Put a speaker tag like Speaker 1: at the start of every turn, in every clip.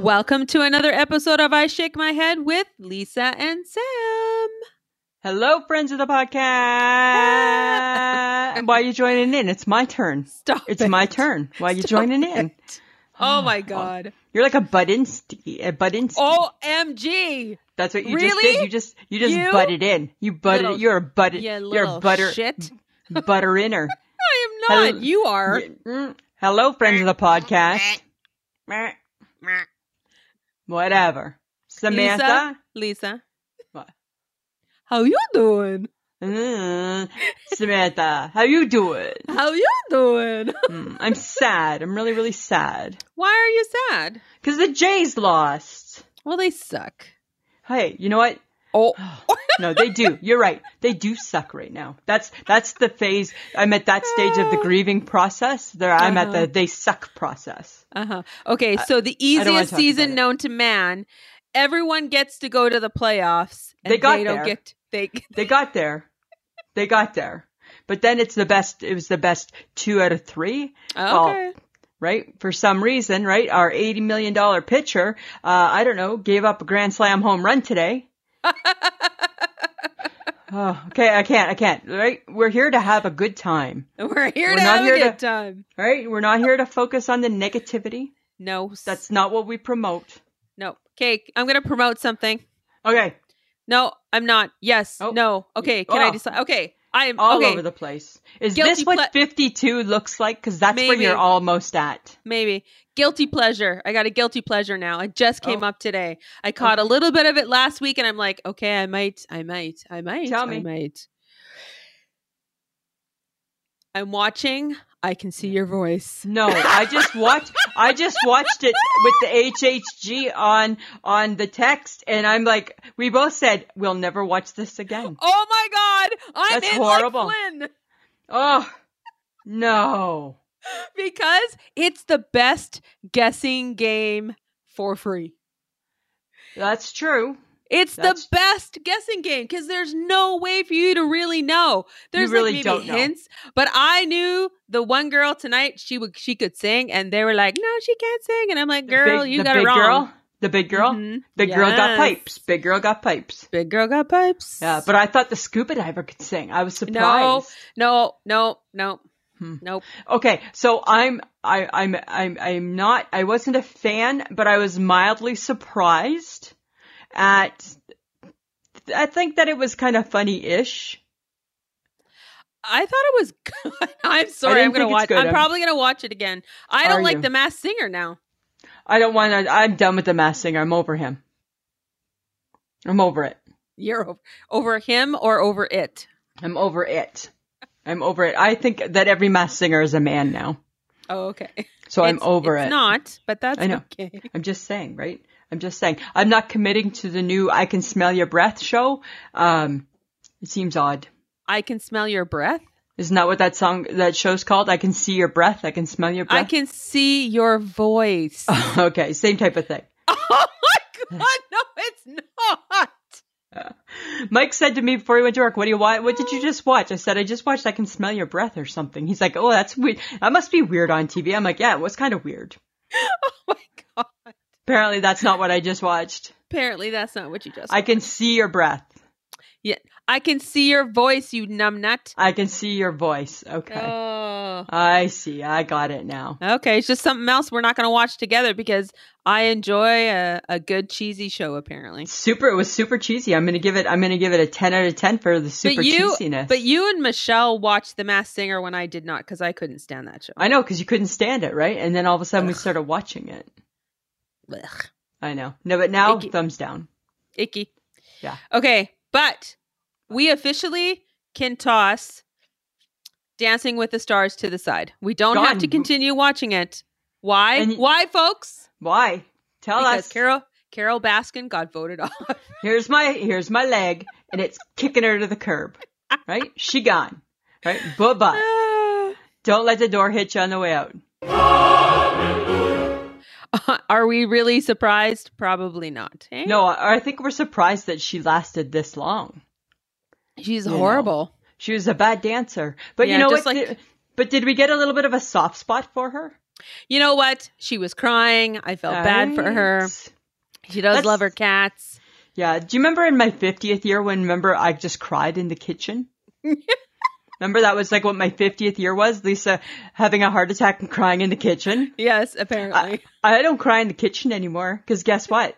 Speaker 1: Welcome to another episode of I Shake My Head with Lisa and Sam.
Speaker 2: Hello, friends of the podcast. Why are you joining in? It's my turn.
Speaker 1: Stop.
Speaker 2: It's
Speaker 1: it.
Speaker 2: my turn. Why are you
Speaker 1: Stop
Speaker 2: joining in?
Speaker 1: it. Oh my god.
Speaker 2: You're like a Budinsky. A Budinsky.
Speaker 1: OMG.
Speaker 2: That's what you just
Speaker 1: Oh, really?
Speaker 2: did. You just you just
Speaker 1: You?
Speaker 2: butted in. You butted.
Speaker 1: Little-
Speaker 2: you're a butted.
Speaker 1: You
Speaker 2: you're
Speaker 1: little
Speaker 2: a butter
Speaker 1: shit.
Speaker 2: butter inner.
Speaker 1: I am not.
Speaker 2: Hello.
Speaker 1: You are.
Speaker 2: Mm. Hello, friends of the podcast. Whatever, Samantha.
Speaker 1: Lisa.
Speaker 2: What?
Speaker 1: How you doing?
Speaker 2: Mm. Samantha, how you doing?
Speaker 1: How you doing?
Speaker 2: Mm. I'm sad. I'm really really sad
Speaker 1: Why are you sad?
Speaker 2: because the Jays lost.
Speaker 1: Well, they suck.
Speaker 2: Hey, you know what?
Speaker 1: Oh,
Speaker 2: no, they do. You're right. They do suck right now. That's that's the phase. I'm at that stage of the grieving process. There, I'm at
Speaker 1: Uh-huh.
Speaker 2: the they suck process.
Speaker 1: Uh-huh. Okay, so the
Speaker 2: don't wanna
Speaker 1: easiest
Speaker 2: talk about
Speaker 1: season
Speaker 2: it.
Speaker 1: known to man, everyone gets to go to the playoffs. And
Speaker 2: They got
Speaker 1: don't
Speaker 2: there.
Speaker 1: get they
Speaker 2: They got there. They got there. But then it's the best. It was the best two out of three, Oh,
Speaker 1: okay.
Speaker 2: right? For some reason, right? Our eighty million dollar pitcher, uh, I don't know, gave up a grand slam home run today. oh, okay, I can't. I can't. Right? We're here to have a good time.
Speaker 1: We're here
Speaker 2: we're
Speaker 1: to
Speaker 2: not
Speaker 1: have
Speaker 2: here
Speaker 1: a
Speaker 2: to-
Speaker 1: good time.
Speaker 2: Right? We're not here to focus on the negativity.
Speaker 1: No, s-
Speaker 2: That's not what we promote.
Speaker 1: no. Okay, I'm gonna promote something.
Speaker 2: Okay,
Speaker 1: No, I'm not. Yes.
Speaker 2: Oh.
Speaker 1: No. Okay. Can I
Speaker 2: Oh.
Speaker 1: decide? Okay. I am
Speaker 2: all
Speaker 1: okay.
Speaker 2: over the place. Is
Speaker 1: Guilty
Speaker 2: this what
Speaker 1: ple-
Speaker 2: 52 looks like? Because that's where
Speaker 1: Maybe.
Speaker 2: you're almost at.
Speaker 1: Maybe guilty pleasure. I got a guilty pleasure now. It just came
Speaker 2: Oh.
Speaker 1: up today. I caught a little bit of it last week, and I'm like, okay, I might, I might, I might,
Speaker 2: Tell
Speaker 1: I
Speaker 2: me.
Speaker 1: might. I'm watching. I can see your voice.
Speaker 2: No, I just watched. I just watched it with the HHG on on the text, and I'm like, we both said we'll never watch this again.
Speaker 1: Oh my god, I'm
Speaker 2: That's
Speaker 1: in like
Speaker 2: horrible.
Speaker 1: Flynn
Speaker 2: Oh no!
Speaker 1: because it's the best guessing game for free.
Speaker 2: That's true.
Speaker 1: It's
Speaker 2: That's-
Speaker 1: the best guessing game because there's no way for you to really know. There's
Speaker 2: really
Speaker 1: like maybe
Speaker 2: don't know.
Speaker 1: hints, but I knew the one girl tonight. She would she could sing, and they were like, "No, she can't sing," and I'm like,
Speaker 2: The
Speaker 1: "Girl,
Speaker 2: big-
Speaker 1: you
Speaker 2: the
Speaker 1: got it
Speaker 2: big
Speaker 1: wrong."
Speaker 2: Girl, the big girl,
Speaker 1: Mhm.
Speaker 2: big girl got
Speaker 1: Yes.
Speaker 2: pipes. Big girl got pipes.
Speaker 1: Big girl got pipes.
Speaker 2: Yeah, Uh, but I thought the scuba diver could sing. I was surprised.
Speaker 1: no, no, no,
Speaker 2: Hmm.
Speaker 1: nope.
Speaker 2: Okay, so I'm I, I'm I'm I'm not I wasn't a fan, but I was mildly surprised at I think that it was kind of funny-ish.
Speaker 1: I thought it was good. I'm sorry. I'm gonna
Speaker 2: didn't think it's
Speaker 1: watch.
Speaker 2: good.
Speaker 1: I'm
Speaker 2: I'm-
Speaker 1: probably gonna watch it again. I don't
Speaker 2: Are
Speaker 1: like
Speaker 2: you?
Speaker 1: the mass singer now.
Speaker 2: I don't want to I'm done with the mass singer. I'm over him. I'm over it.
Speaker 1: You're over, over him or over it.
Speaker 2: I'm over it. I'm over it. I think that every mass singer is a man now.
Speaker 1: Oh, okay.
Speaker 2: So I'm
Speaker 1: It's-
Speaker 2: over
Speaker 1: it's
Speaker 2: it.
Speaker 1: Not, but that's
Speaker 2: I know.
Speaker 1: okay.
Speaker 2: I'm just saying, right? I'm just saying. I'm not committing to the new I Can Smell Your Breath show. Um it seems odd.
Speaker 1: I can smell your breath.
Speaker 2: Isn't that what that song, that show's called? I can see your breath. I can smell your
Speaker 1: I
Speaker 2: breath.
Speaker 1: can see your voice. oh
Speaker 2: okay, same type of thing.
Speaker 1: my god, no, it's not. Oh
Speaker 2: Mike said to me before he went to work, "What do you watch? What did you just watch?" I said, "I just watched I Can Smell Your Breath or something." He's like, "Oh, that's weird. That must be weird on TV." I'm like, "Yeah, it was kind of weird."
Speaker 1: Oh my god.
Speaker 2: Apparently, that's not what I just watched.
Speaker 1: Apparently that's not what you just
Speaker 2: I can see your breath.
Speaker 1: I can see your voice, you numbnut.
Speaker 2: I can see your voice. Okay,
Speaker 1: Oh.
Speaker 2: I see. I got it now.
Speaker 1: Okay, it's just something else we're not going to watch together because I enjoy a, a good cheesy show apparently.
Speaker 2: Super. It was super cheesy. I'm gonna give it. I'm gonna give it a ten out of ten for the super
Speaker 1: you-
Speaker 2: cheesiness.
Speaker 1: But you and Michelle watched The Masked Singer when I did not cuz I couldn't stand that show.
Speaker 2: I know because you couldn't stand it, right? And then all of a sudden we started watching it.
Speaker 1: Ugh.
Speaker 2: I know. No, but now
Speaker 1: Icky.
Speaker 2: thumbs down.
Speaker 1: Icky.
Speaker 2: Yeah.
Speaker 1: Okay, but we officially can toss Dancing with the Stars to the side. We don't have
Speaker 2: Done.
Speaker 1: to continue watching it. Why?
Speaker 2: And-
Speaker 1: Why, folks?
Speaker 2: Why? Tell
Speaker 1: Because
Speaker 2: us.
Speaker 1: Carol Carol Baskin got voted off.
Speaker 2: here's my here's my leg, and it's kicking her to the curb. Right? She gone. Right? Bye bye. Don't let the door hit you on the way out.
Speaker 1: Are we really surprised? Probably not. eh?
Speaker 2: No, I, I think we're surprised that she lasted this long.
Speaker 1: she's
Speaker 2: you know.
Speaker 1: horrible.
Speaker 2: She was a bad dancer, but
Speaker 1: Yeah,
Speaker 2: you know
Speaker 1: just
Speaker 2: what?
Speaker 1: like-
Speaker 2: Did- but did we get a little bit of a soft spot for her?
Speaker 1: You know what? She was crying. I felt bad for her.
Speaker 2: Nice.
Speaker 1: She does
Speaker 2: That's-
Speaker 1: love her cats.
Speaker 2: Yeah. Do you remember in my 50th year when, remember, I just cried in the kitchen? remember that was like what my 50th year was? Lisa having a heart attack and crying in the kitchen?
Speaker 1: Yes, apparently.
Speaker 2: I don't cry in the kitchen anymore because guess what?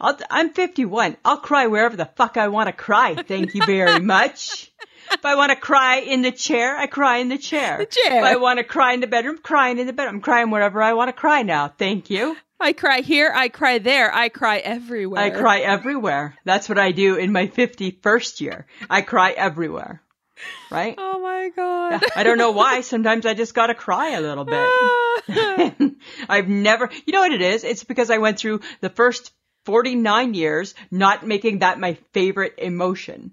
Speaker 2: I'll, I'm 51. I'll cry wherever the fuck I want to cry. Thank you very much. If I want to cry in the chair, I cry in the chair.
Speaker 1: The chair.
Speaker 2: If I want to cry in the bedroom, crying in the bedroom. I'm crying wherever I want to cry now. Thank you.
Speaker 1: I cry here, I cry there, I cry everywhere.
Speaker 2: I cry everywhere. That's what I do in my 51st year. I cry everywhere. Right?
Speaker 1: Oh my god.
Speaker 2: I don't know why. Sometimes I just gotta cry a little bit. I've never, you know what it is? It's because I went through the first 49 years not making that my favorite emotion.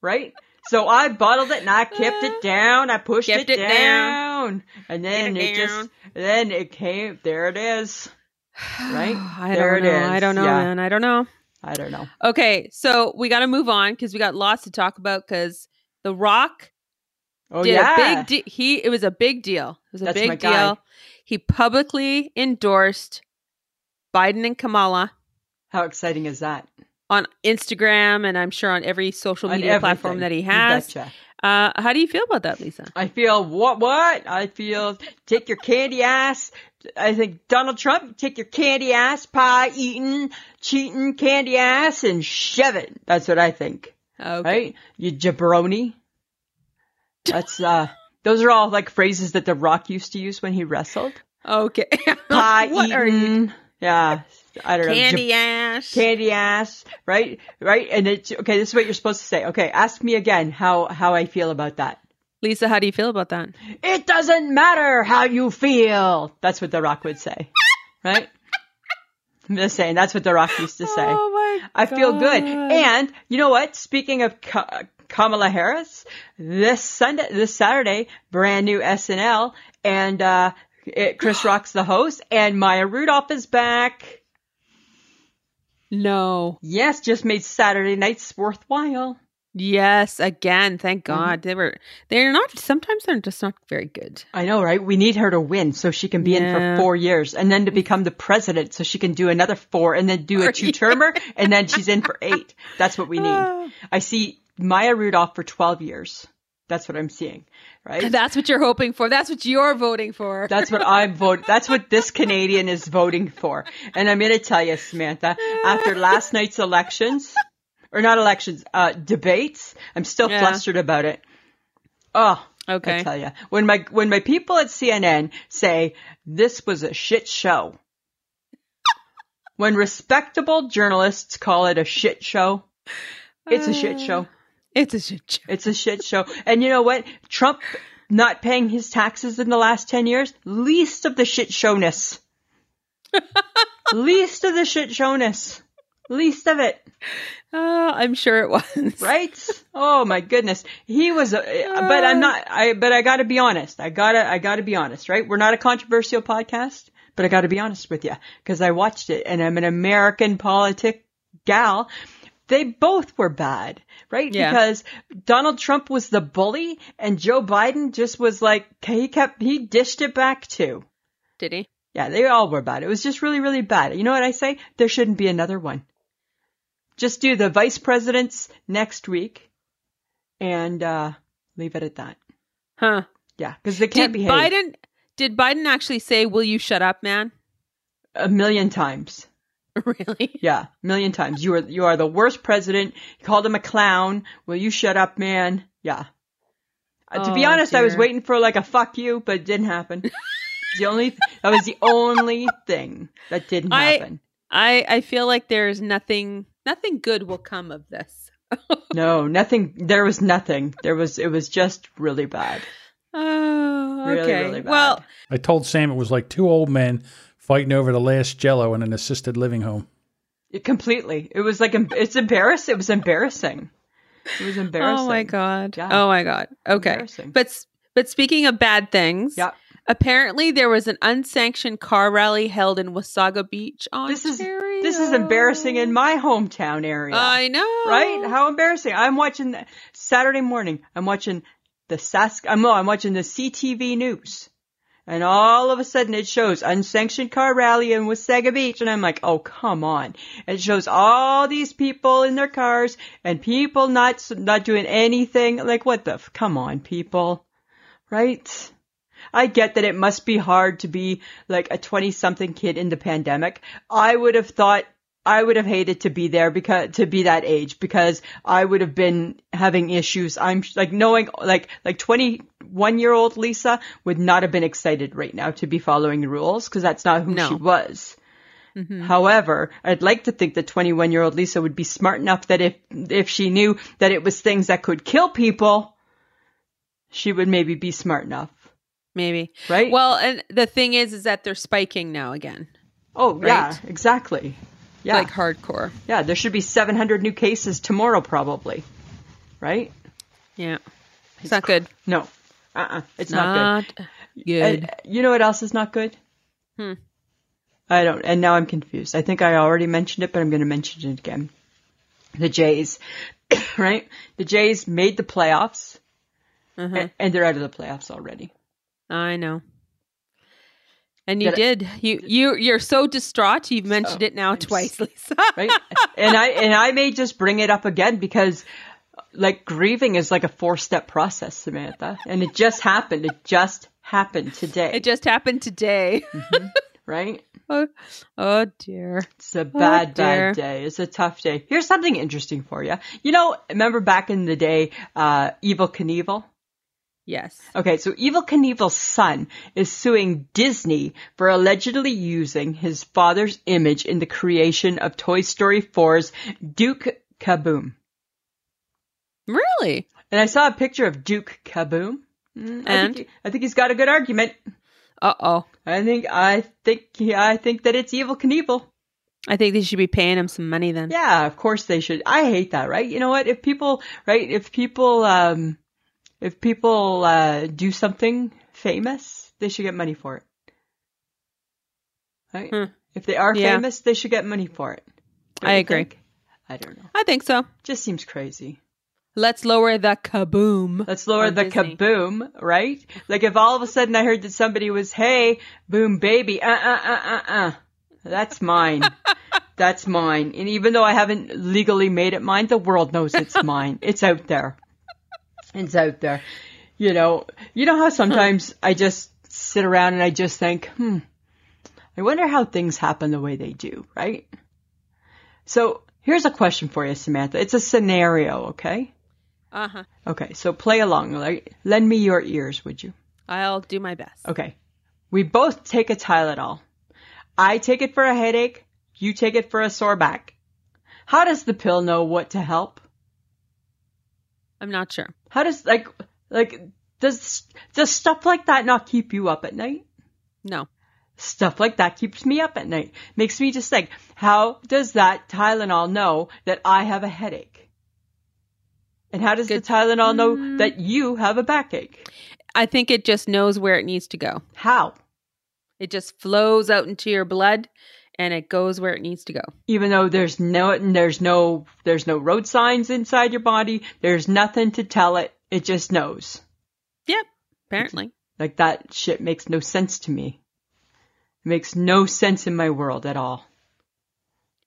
Speaker 2: right? So I bottled it and I kept it down. I pushed
Speaker 1: Kept
Speaker 2: it,
Speaker 1: it
Speaker 2: down.
Speaker 1: down.
Speaker 2: And then
Speaker 1: Get
Speaker 2: it,
Speaker 1: it
Speaker 2: just,
Speaker 1: down.
Speaker 2: then it came, there it is. Right?
Speaker 1: I
Speaker 2: There
Speaker 1: don't
Speaker 2: it
Speaker 1: know. I
Speaker 2: is.
Speaker 1: don't know,
Speaker 2: Yeah.
Speaker 1: man. I don't know.
Speaker 2: I don't know.
Speaker 1: Okay, so we got to move on because we got lots to talk about. Because The Rock
Speaker 2: Oh
Speaker 1: did
Speaker 2: yeah.
Speaker 1: a big de- he it was a big deal. It was a
Speaker 2: That's my
Speaker 1: big
Speaker 2: guy.
Speaker 1: deal. He publicly endorsed Biden and Kamala
Speaker 2: How exciting is that?
Speaker 1: on Instagram and I'm sure on every social
Speaker 2: On
Speaker 1: media platform
Speaker 2: everything.
Speaker 1: that he
Speaker 2: You
Speaker 1: has.
Speaker 2: betcha.
Speaker 1: Uh, how do you feel about that, Lisa?
Speaker 2: I feel what what? I feel take your candy ass. I think Donald Trump take your candy ass pie eating, cheating candy ass and shove it. That's what I think.
Speaker 1: Okay.
Speaker 2: Right? You jabroni. That's uh those are all like phrases that The Rock used to use when he wrestled.
Speaker 1: Okay.
Speaker 2: Pie
Speaker 1: what
Speaker 2: eating.
Speaker 1: are you
Speaker 2: Yeah. I don't know.
Speaker 1: candy ash?
Speaker 2: candy ass, right? Right? And it's okay, this is what you're supposed to say. Okay, ask me again how how I feel about that.
Speaker 1: Lisa, how do you feel about that?
Speaker 2: It doesn't matter how you feel. That's what The Rock would say, right? I'm just saying that's what The Rock used to say.
Speaker 1: Oh my
Speaker 2: I feel good.
Speaker 1: God.
Speaker 2: And you know what? Speaking of Ka- Kamala Harris, this Sunday, this Saturday, brand new SNL, and uh, it, Chris Rock's the host, and Maya Rudolph is back.
Speaker 1: no.
Speaker 2: Yes, just made Saturday nights worthwhile.
Speaker 1: Yes, again,
Speaker 2: Mm.
Speaker 1: thank God. They were they're not sometimes they're just not very good.
Speaker 2: I know, right? We need her to win so she can be in
Speaker 1: Yeah. Mm-hmm.
Speaker 2: for four years and then to become the president so she can do another four and then do a
Speaker 1: Four
Speaker 2: two termer and then she's in for eight. That's what we need.
Speaker 1: Ah.
Speaker 2: I see Maya Rudolph for 12 years. That's what I'm seeing, right?
Speaker 1: That's what you're hoping for. That's what you're voting for.
Speaker 2: That's what I'm vote. That's what this Canadian is voting for. And I'm going to tell you, Samantha, after last night's elections, or not elections, uh, debates, I'm still
Speaker 1: Yeah.
Speaker 2: flustered about it. Oh, I
Speaker 1: okay.
Speaker 2: tell you, when my when my people at CNN say this was a shit show, when respectable journalists call it a shit show, it's a shit show.
Speaker 1: It's a shit show.
Speaker 2: It's a shit show. And you know what? Trump not paying his taxes in the last ten years, least of the shit showness. least of the shit showness. Least of it.
Speaker 1: Oh, I'm sure it was.
Speaker 2: Right? Oh my goodness. He was, a, but I'm not, I, but I gotta be honest. I gotta, I gotta be honest, right? We're not a controversial podcast, but I gotta be honest with you because I watched it and I'm an American politic gal. They both were bad, right?
Speaker 1: Yeah.
Speaker 2: Because Donald Trump was the bully and Joe Biden just was like, he kept, he dished it back too.
Speaker 1: Did he?
Speaker 2: Yeah, they all were bad. It was just really, really bad. You know what I say? There shouldn't be another one. Just do the vice presidents next week and uh, leave it at that.
Speaker 1: Huh.
Speaker 2: Yeah, because they
Speaker 1: Did
Speaker 2: can't behave
Speaker 1: Biden did Biden actually say, Will you shut up, man?
Speaker 2: a million times.
Speaker 1: really?
Speaker 2: Yeah, a million times. You are you are the worst president. You called him a clown. Will you shut up, man? Yeah. Uh, to be
Speaker 1: Oh,
Speaker 2: honest, I was
Speaker 1: dear.
Speaker 2: waiting for like a fuck you, but it didn't happen. the only that was the only thing that didn't
Speaker 1: I-
Speaker 2: happen.
Speaker 1: I, I feel like there is nothing nothing good will come of this.
Speaker 2: No, nothing. There was nothing. There was. It was just really bad.
Speaker 1: Oh, okay.
Speaker 2: Really, really bad.
Speaker 1: Well,
Speaker 3: I told Sam it was like two old men fighting over the last jello in an assisted living home.
Speaker 2: It, completely. It was like em- it's embarrassing. It was embarrassing. It was embarrassing.
Speaker 1: oh my god.
Speaker 2: Yeah.
Speaker 1: Oh my god. Okay.
Speaker 2: Embarrassing.
Speaker 1: But s- but speaking of bad things,
Speaker 2: Yeah.
Speaker 1: apparently there was an unsanctioned car rally held in Wasaga Beach, Ontario.
Speaker 2: This is this is embarrassing in my hometown area.
Speaker 1: I know.
Speaker 2: right? How embarrassing! I'm watching the, oh, Saturday morning. I'm watching the Sask. I'm no. I'm watching the CTV news, And all of a sudden it shows unsanctioned car rally in Wasaga Beach. And I'm like, oh, come on. It shows all these people in their cars and people not, not doing anything. Like, what the, f- come on, people. Right? I get that it must be hard to be like a 20 something kid in the pandemic. I would have thought I would have hated to be there because to be that age because I would have been having issues. I'm like knowing like like 21 year old Lisa would not have been excited right now to be following the rules because that's not who
Speaker 1: No.
Speaker 2: she was. However, I'd like to think that 21 year old Lisa would be smart enough that if if she knew that it was things that could kill people, she would maybe be smart enough,
Speaker 1: Maybe.
Speaker 2: right?
Speaker 1: Well, and the thing is, is that they're spiking now again,
Speaker 2: oh yeah,
Speaker 1: right.
Speaker 2: exactly. Yeah.
Speaker 1: like hardcore.
Speaker 2: Yeah, there should be 700 new cases tomorrow, probably. Right?
Speaker 1: Yeah, it's not good.
Speaker 2: No. Uh uh It's not,
Speaker 1: Not good.
Speaker 2: good. And, uh, you know what else is not good? Hmm. I don't. And now I'm confused. I think I already mentioned it, but I'm going to mention it again. The Jays, right? The Jays made the playoffs, a-
Speaker 1: Uh-huh.
Speaker 2: and they're out of the playoffs already.
Speaker 1: I know. And you
Speaker 2: Did
Speaker 1: did. You you you're so distraught. You've mentioned it now twice, Lisa.
Speaker 2: right? and I and I may just bring it up again because like grieving is like a four step process, Samantha, and it just happened. It just happened today,
Speaker 1: It just happened today.
Speaker 2: Hmm. right?
Speaker 1: oh, oh dear.
Speaker 2: It's a bad,
Speaker 1: dear.
Speaker 2: bad day. It's a tough day. Here's something interesting for you. You know, remember back in the day, uh, Evil Knievel?
Speaker 1: Yes.
Speaker 2: Okay, so Evil Knievel's son is suing Disney for allegedly using his father's image in the creation of Toy Story 4's Duke Kaboom.
Speaker 1: Really?
Speaker 2: And I saw a picture of Duke Kaboom. Mm, I
Speaker 1: And?
Speaker 2: think, he- I think he's got a good argument.
Speaker 1: Uh oh.
Speaker 2: I think I think I think that it's evil Knievel.
Speaker 1: I think they should be paying him some money then.
Speaker 2: Yeah, of course they should. I hate that, right? You know what? If people, right? If people, um, if people uh, do something famous, they should get money for it. Right?
Speaker 1: Hmm.
Speaker 2: If they are
Speaker 1: Yeah.
Speaker 2: famous, they should get money for it. Don't
Speaker 1: I
Speaker 2: you
Speaker 1: agree.
Speaker 2: think? I don't know.
Speaker 1: I think so.
Speaker 2: Just seems crazy.
Speaker 1: Let's lower the kaboom.
Speaker 2: Let's lower
Speaker 1: on
Speaker 2: the
Speaker 1: Disney.
Speaker 2: kaboom, right? Like if all of a sudden I heard that somebody was, hey, boom baby, uh uh uh uh uh. That's mine. That's mine. And even though I haven't legally made it mine, the world knows it's mine. It's out there. It's out there. You know, you know how sometimes I just sit around and I just think, hmm, I wonder how things happen the way they do, right? So here's a question for you, Samantha. It's a scenario, okay?
Speaker 1: Uh huh.
Speaker 2: Okay, so play along. Like, lend me your ears, would you?
Speaker 1: I'll do my best.
Speaker 2: Okay. We both take a Tylenol. I take it for a headache. You take it for a sore back. How does the pill know what to help?
Speaker 1: I'm not sure.
Speaker 2: How does like like does does stuff like that not keep you up at night?
Speaker 1: No.
Speaker 2: Stuff like that keeps me up at night. Makes me just think, how does that Tylenol know that I have a headache? And how does
Speaker 1: Good-
Speaker 2: the Tylenol know that you have a backache?
Speaker 1: I think it just knows where it needs to go.
Speaker 2: How?
Speaker 1: It just flows out into your blood and it goes where it needs to go.
Speaker 2: even though there's no there's no there's no road signs inside your body there's nothing to tell it it just knows
Speaker 1: Yep. Apparently.
Speaker 2: like that shit makes no sense to me it makes no sense in my world at all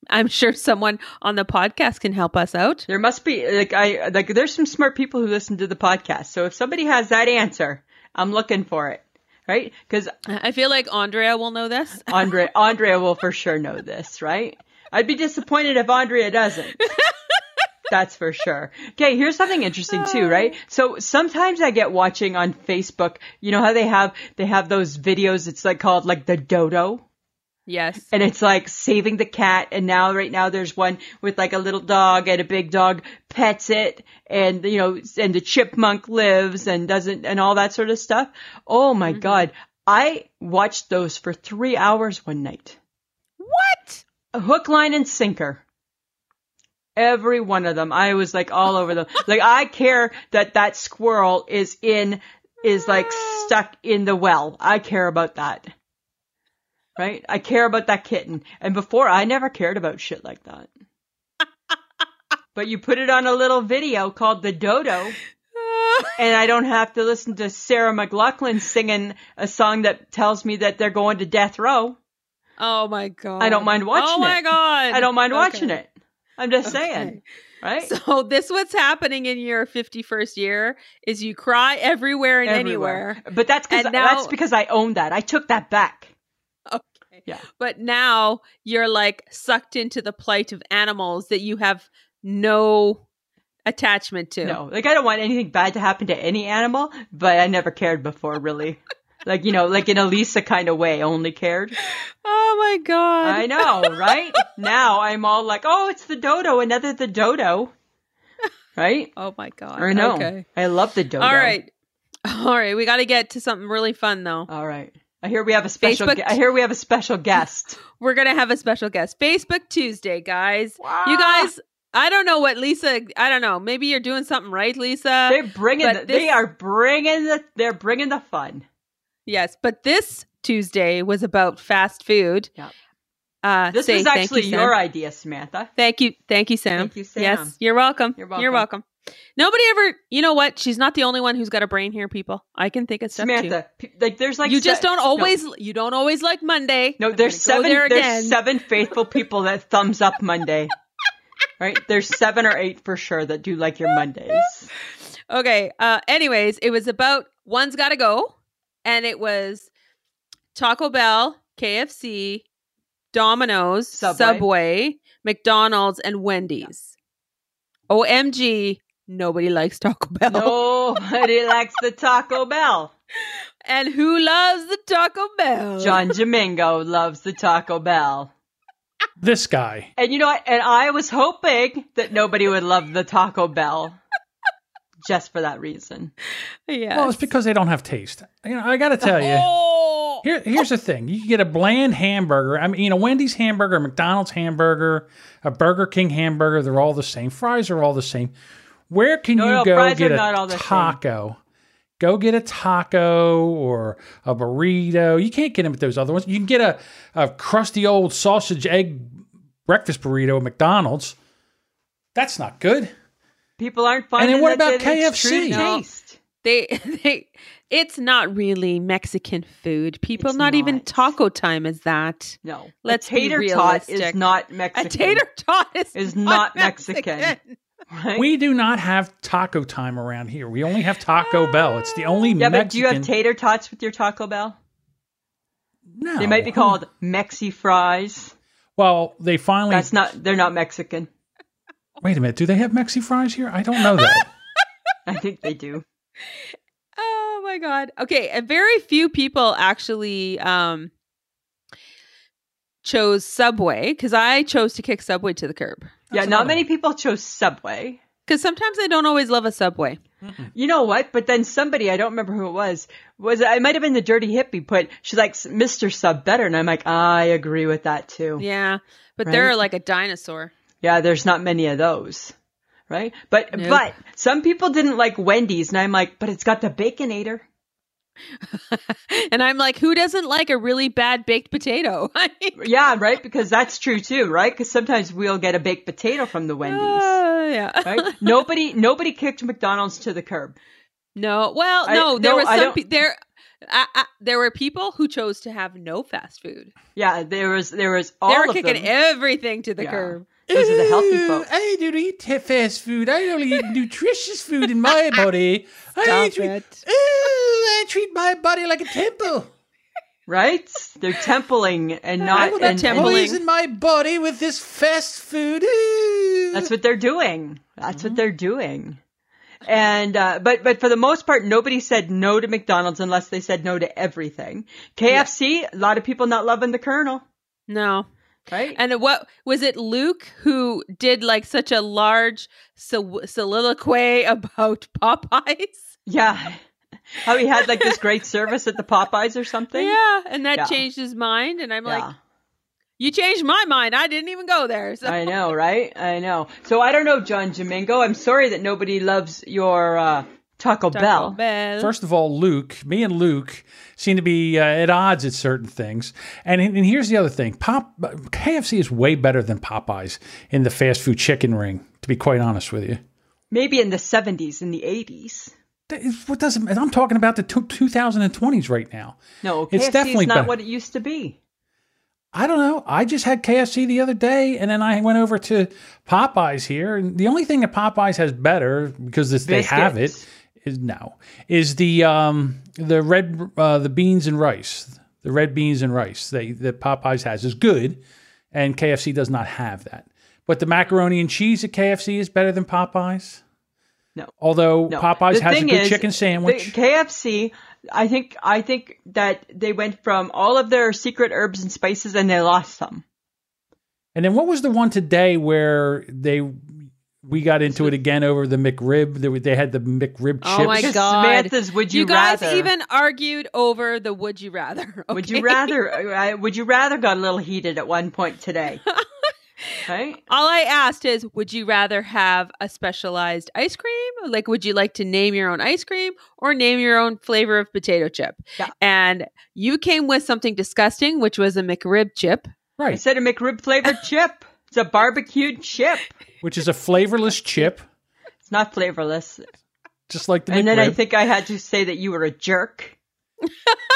Speaker 1: I'm sure someone on the podcast can help us out.
Speaker 2: there must be like i like there's some smart people who listen to the podcast so if somebody has that answer i'm looking for it right because
Speaker 1: I I feel like Andrea will know this.
Speaker 2: andre andrea will for sure know this right i'd be disappointed if andrea doesn't That's for sure. Okay, here's something interesting too, right? So sometimes I get watching on Facebook, you know how they have they have those videos it's like called like the dodo
Speaker 1: Yes.
Speaker 2: and it's like saving the cat and now right now there's one with like a little dog and a big dog pets it and you know and the chipmunk lives and doesn't and all that sort of stuff. Oh my god. I watched those for 3 hours one night.
Speaker 1: What?
Speaker 2: A hook, line, and sinker. Every one of them. I was like all over them. like I care that that squirrel is in, is like
Speaker 1: Ah.
Speaker 2: stuck in the well. I care about that. Right? I care about that kitten. And before I never cared about shit like that. but you put it on a little video called the dodo and I don't have to listen to Sarah McLaughlin singing a song that tells me that they're going to death row.
Speaker 1: Oh my god.
Speaker 2: I don't mind watching
Speaker 1: Oh my
Speaker 2: it.
Speaker 1: god.
Speaker 2: I don't mind
Speaker 1: Okay.
Speaker 2: watching it. I'm just
Speaker 1: Okay.
Speaker 2: saying, right?
Speaker 1: So this what's happening in your 51st year is you cry everywhere and anywhere.
Speaker 2: But that's because
Speaker 1: And
Speaker 2: that's
Speaker 1: now-
Speaker 2: because I own that. I took that back.
Speaker 1: Okay.
Speaker 2: Yeah.
Speaker 1: But now you're like sucked into the plight of animals that you have no attachment to.
Speaker 2: No, like I don't want anything bad to happen to any animal, but I never cared before, really. like you know, like in a Lisa kind of way, only cared.
Speaker 1: Oh my god.
Speaker 2: I know, right? now I'm all like, oh, it's the dodo, another the dodo, right?
Speaker 1: Oh my god.
Speaker 2: I know.
Speaker 1: Okay.
Speaker 2: I love the dodo.
Speaker 1: All right. All right, we got to get to something really fun though.
Speaker 2: all right. I hear we have a special.
Speaker 1: Facebook-
Speaker 2: gu- I hear we have a special guest.
Speaker 1: We're going to have a special guest. Facebook Tuesday, guys.
Speaker 2: Wow.
Speaker 1: You guys, I don't know what Lisa, I don't know. Maybe you're doing something right, Lisa.
Speaker 2: they're bringing. The,
Speaker 1: uh, but
Speaker 2: They
Speaker 1: this-
Speaker 2: are bringing the. They're bringing the fun.
Speaker 1: Yes, but this Tuesday was about fast food.
Speaker 2: Yeah.
Speaker 1: Uh,
Speaker 2: This
Speaker 1: say
Speaker 2: was
Speaker 1: thank
Speaker 2: actually
Speaker 1: you, Sam.
Speaker 2: your idea, Samantha.
Speaker 1: Thank you, thank you, Sam.
Speaker 2: Thank you, Sam.
Speaker 1: Yes, you're welcome. You're
Speaker 2: You're welcome.
Speaker 1: welcome. You're welcome. Nobody ever, you know what? She's not the only one who's got a brain here, people. I can think of stuff
Speaker 2: Samantha, p- like there's
Speaker 1: too.
Speaker 2: like
Speaker 1: you
Speaker 2: se-
Speaker 1: just don't
Speaker 2: no.
Speaker 1: always, you don't always like Monday.
Speaker 2: No,
Speaker 1: I'm
Speaker 2: there's
Speaker 1: gonna go
Speaker 2: seven.
Speaker 1: there
Speaker 2: there's
Speaker 1: again.
Speaker 2: seven faithful people that thumbs up Monday. right? There's seven or eight for sure that do like your Mondays.
Speaker 1: Okay. Uh, anyways, it was about one's got to go, and it was Taco Bell, KFC, Domino's,
Speaker 2: Subway.
Speaker 1: Subway, McDonald's, and Wendy's. OMG, nobody likes Taco Bell.
Speaker 2: Nobody likes the Taco Bell.
Speaker 1: And who loves the Taco Bell?
Speaker 2: John Domingo loves the Taco Bell.
Speaker 3: This guy.
Speaker 2: And you know what? And I was hoping that nobody would love the Taco Bell. Just for that reason.
Speaker 1: Yes.
Speaker 3: Well, it's because they don't have taste. You know, I got to tell you.
Speaker 1: Oh!
Speaker 3: Here, here's the thing: you can get a bland hamburger. I mean, you know, Wendy's hamburger, a McDonald's hamburger, a Burger King hamburger. They're all the same. Fries are all the same. Where can
Speaker 2: No,
Speaker 3: you
Speaker 2: no,
Speaker 3: go
Speaker 2: fries
Speaker 3: get
Speaker 2: are not all
Speaker 3: a
Speaker 2: the same.
Speaker 3: taco? Go get a taco or a burrito. You can't get them at those other ones. You can get a, a crusty old sausage egg breakfast burrito at McDonald's. That's not good.
Speaker 2: People aren't finding
Speaker 3: then what
Speaker 2: that
Speaker 3: about
Speaker 2: it's true to
Speaker 3: KFC?
Speaker 1: No.
Speaker 2: taste.
Speaker 1: They, they, it's not really Mexican food. People,
Speaker 2: It's
Speaker 1: not, even
Speaker 2: not.
Speaker 1: taco time is that.
Speaker 2: No.
Speaker 1: Let's
Speaker 2: a
Speaker 1: be
Speaker 2: tater tot is
Speaker 1: realistic.
Speaker 2: not Mexican.
Speaker 1: A tater tot is,
Speaker 2: Is not Mexican. right?
Speaker 3: We do not have taco time around here. We only have Taco Bell. It's the only
Speaker 2: Yeah,
Speaker 3: Mexican.
Speaker 2: but do you have tater tots with your Taco Bell?
Speaker 3: no.
Speaker 2: They might be called Mexi fries.
Speaker 3: Well, they finally
Speaker 2: That's not. They're not Mexican.
Speaker 3: Wait a minute. Do they have Mexi fries here? I don't know that.
Speaker 2: I think they do.
Speaker 1: Oh my god. Okay, and very few people actually um chose Subway cuz I chose to kick Subway to the curb.
Speaker 2: Yeah,
Speaker 3: That's
Speaker 2: not
Speaker 3: another
Speaker 2: many
Speaker 3: one.
Speaker 2: people chose Subway.
Speaker 1: Cuz sometimes I don't always love a Subway.
Speaker 2: You know what? But then somebody, I don't remember who it was, was it might have been the dirty hippie, but she likes Mr. Sub better, and I'm like, I agree with that too. Yeah,
Speaker 1: Yeah, but
Speaker 2: Oh. Right.
Speaker 1: they're like a dinosaur.
Speaker 2: there's not many of those, right? But
Speaker 1: Nope.
Speaker 2: but some people didn't like Wendy's, and I'm like, but it's got the baconator.
Speaker 1: and I'm like, who doesn't like a really bad baked potato? I mean,
Speaker 2: Yeah, right, because that's true too, right? Because sometimes we'll get a baked potato from the Wendy's.
Speaker 1: uh, yeah.
Speaker 2: right? nobody nobody kicked McDonald's to the curb.
Speaker 1: No. Well,
Speaker 2: I-
Speaker 1: no, there
Speaker 2: no,
Speaker 1: was
Speaker 2: I
Speaker 1: some
Speaker 2: don't-
Speaker 1: pe- there I, I, there were people who chose to have no fast food.
Speaker 2: Yeah, there was there was all
Speaker 1: They were
Speaker 2: of
Speaker 1: kicking
Speaker 2: them.
Speaker 1: everything to the
Speaker 2: Yeah.
Speaker 1: curb.
Speaker 2: Those are the healthy
Speaker 3: Ooh,
Speaker 2: folks.
Speaker 3: I don't eat fast food. I only eat nutritious food in my body. I
Speaker 1: Stop it.
Speaker 3: Ooh, I treat my body like a temple.
Speaker 2: Right? They're templing and not,
Speaker 1: I will not
Speaker 2: and- and-
Speaker 1: temple.
Speaker 3: Always in my body with this fast food. Ooh.
Speaker 2: that's what they're doing. That's
Speaker 1: Mm-hmm.
Speaker 2: what they're doing. And uh, but but for the most part, nobody said no to McDonald's unless they said no to everything. KFC, a lot of people not loving the Colonel,
Speaker 1: No.
Speaker 2: right?
Speaker 1: And what was it Luke who did like such a large sol- soliloquy about Popeyes?
Speaker 2: yeah, how he had like this great service at the Popeyes or something.
Speaker 1: Yeah, and that
Speaker 2: Yeah.
Speaker 1: changed his mind and I'm
Speaker 2: Yeah.
Speaker 1: like you changed my mind. I didn't even go there. So
Speaker 2: I know, right? I know. So I don't know, John Domingo. I'm sorry that nobody loves your uh, Taco,
Speaker 1: Taco
Speaker 2: Bell.
Speaker 1: Bell.
Speaker 3: First of all, Luke, me and Luke seem to be uh, at odds at certain things. And, and here's the other thing Pop, uh, KFC is way better than Popeyes in the fast food chicken ring, to be quite honest with you.
Speaker 2: Maybe in the 70s, in the 80s.
Speaker 3: That is- What doesn't? and I'm talking about the two- 2020s right now.
Speaker 2: No,
Speaker 3: It's
Speaker 2: KFC
Speaker 3: definitely
Speaker 2: is not
Speaker 3: better.
Speaker 2: what it used to be.
Speaker 3: I don't know. I just had KFC the other day, and then I went over to Popeyes here, and the only thing that Popeyes has better because this, they have it
Speaker 2: Biscuits.
Speaker 3: is no is the um the red uh, the beans and rice the red beans and rice they that Popeyes has is good, and KFC does not have that. But the macaroni and cheese at KFC is better than Popeyes.
Speaker 2: No.
Speaker 3: although
Speaker 2: No.
Speaker 3: Popeyes
Speaker 2: The
Speaker 3: has a
Speaker 2: thing
Speaker 3: good
Speaker 2: is,
Speaker 3: chicken
Speaker 2: the
Speaker 3: sandwich.
Speaker 2: The KFC, I think, I think that they went from all of their secret herbs and spices, and they lost some.
Speaker 3: And then what was the one today where they we got into it again over the McRib? They, they had the McRib chips.
Speaker 1: Oh my
Speaker 2: Just
Speaker 1: God.
Speaker 2: Samantha's would you,
Speaker 1: you guys
Speaker 2: rather?
Speaker 1: even argued over the would you rather.
Speaker 2: Would
Speaker 1: okay?
Speaker 2: you rather? I- Would you rather got a little heated at one point today? right?
Speaker 1: All I asked is, would you rather have a specialized ice cream? Like, would you like to name your own ice cream or name your own flavor of potato chip?
Speaker 2: Yeah.
Speaker 1: And you came with something disgusting, which was a McRib chip.
Speaker 2: I
Speaker 3: Right,
Speaker 2: said a McRib flavored chip. It's a barbecued chip.
Speaker 3: which is a flavorless chip,
Speaker 2: It's not flavorless.
Speaker 3: just like the McRib.
Speaker 2: And then I think I had to say that you were a jerk.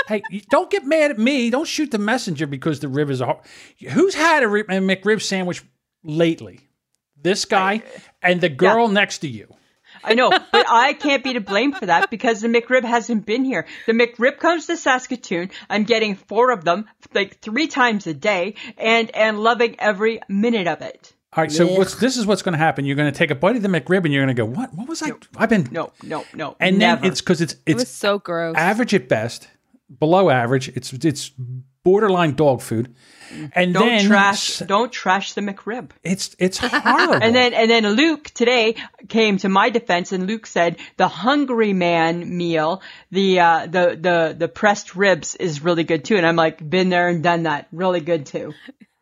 Speaker 3: hey, you- don't get mad at me. Don't shoot the messenger because the rib is a. hor- Who's had a, rib, a McRib sandwich lately? This guy and the girl next to you.
Speaker 2: I know, but I can't be to blame for that because the McRib hasn't been here. The McRib comes to Saskatoon. I'm getting four of them, like three times a day, and and loving every minute of it.
Speaker 3: All right, so what's this is what's going to happen. You're going to take a bite of the McRib and you're going to go, what? What was I? I've been
Speaker 2: No, no, no.
Speaker 3: and
Speaker 2: never.
Speaker 3: then it's because it's
Speaker 1: It
Speaker 3: it's
Speaker 1: was so gross.
Speaker 3: average at best, below average. It's it's borderline dog food, and
Speaker 2: don't
Speaker 3: then
Speaker 2: trash, don't trash the McRib.
Speaker 3: It's it's horrible.
Speaker 2: And then and then Luke today came to my defense and Luke said the hungry man meal, the uh the the the pressed ribs is really good too and I'm like been there and done that. Really good too.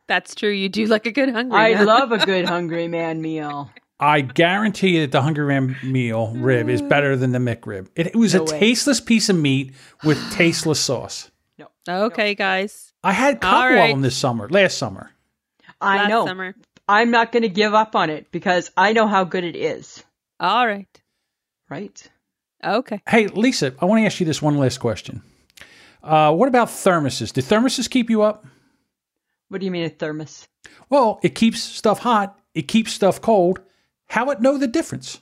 Speaker 1: That's true. You do like a good hungry.
Speaker 2: I
Speaker 1: man.
Speaker 2: love a good hungry man meal.
Speaker 3: I guarantee you that the Hungry Man meal rib is better than the McRib. It, it was
Speaker 2: No
Speaker 3: a
Speaker 2: way.
Speaker 3: tasteless piece of meat with tasteless sauce.
Speaker 1: Okay, guys.
Speaker 3: I had a couple
Speaker 1: All right.
Speaker 3: of them this summer, last summer.
Speaker 2: I
Speaker 1: Last
Speaker 2: know.
Speaker 1: summer.
Speaker 2: I'm not going to give up on it because I know how good it is,
Speaker 1: All right.
Speaker 2: right?
Speaker 1: Okay.
Speaker 3: Hey, Lisa, I want to ask you this one last question. Uh, what about thermoses? Do thermoses keep you up?
Speaker 2: What do you mean a thermos?
Speaker 3: Well, it keeps stuff hot. It keeps stuff cold. How it know the difference?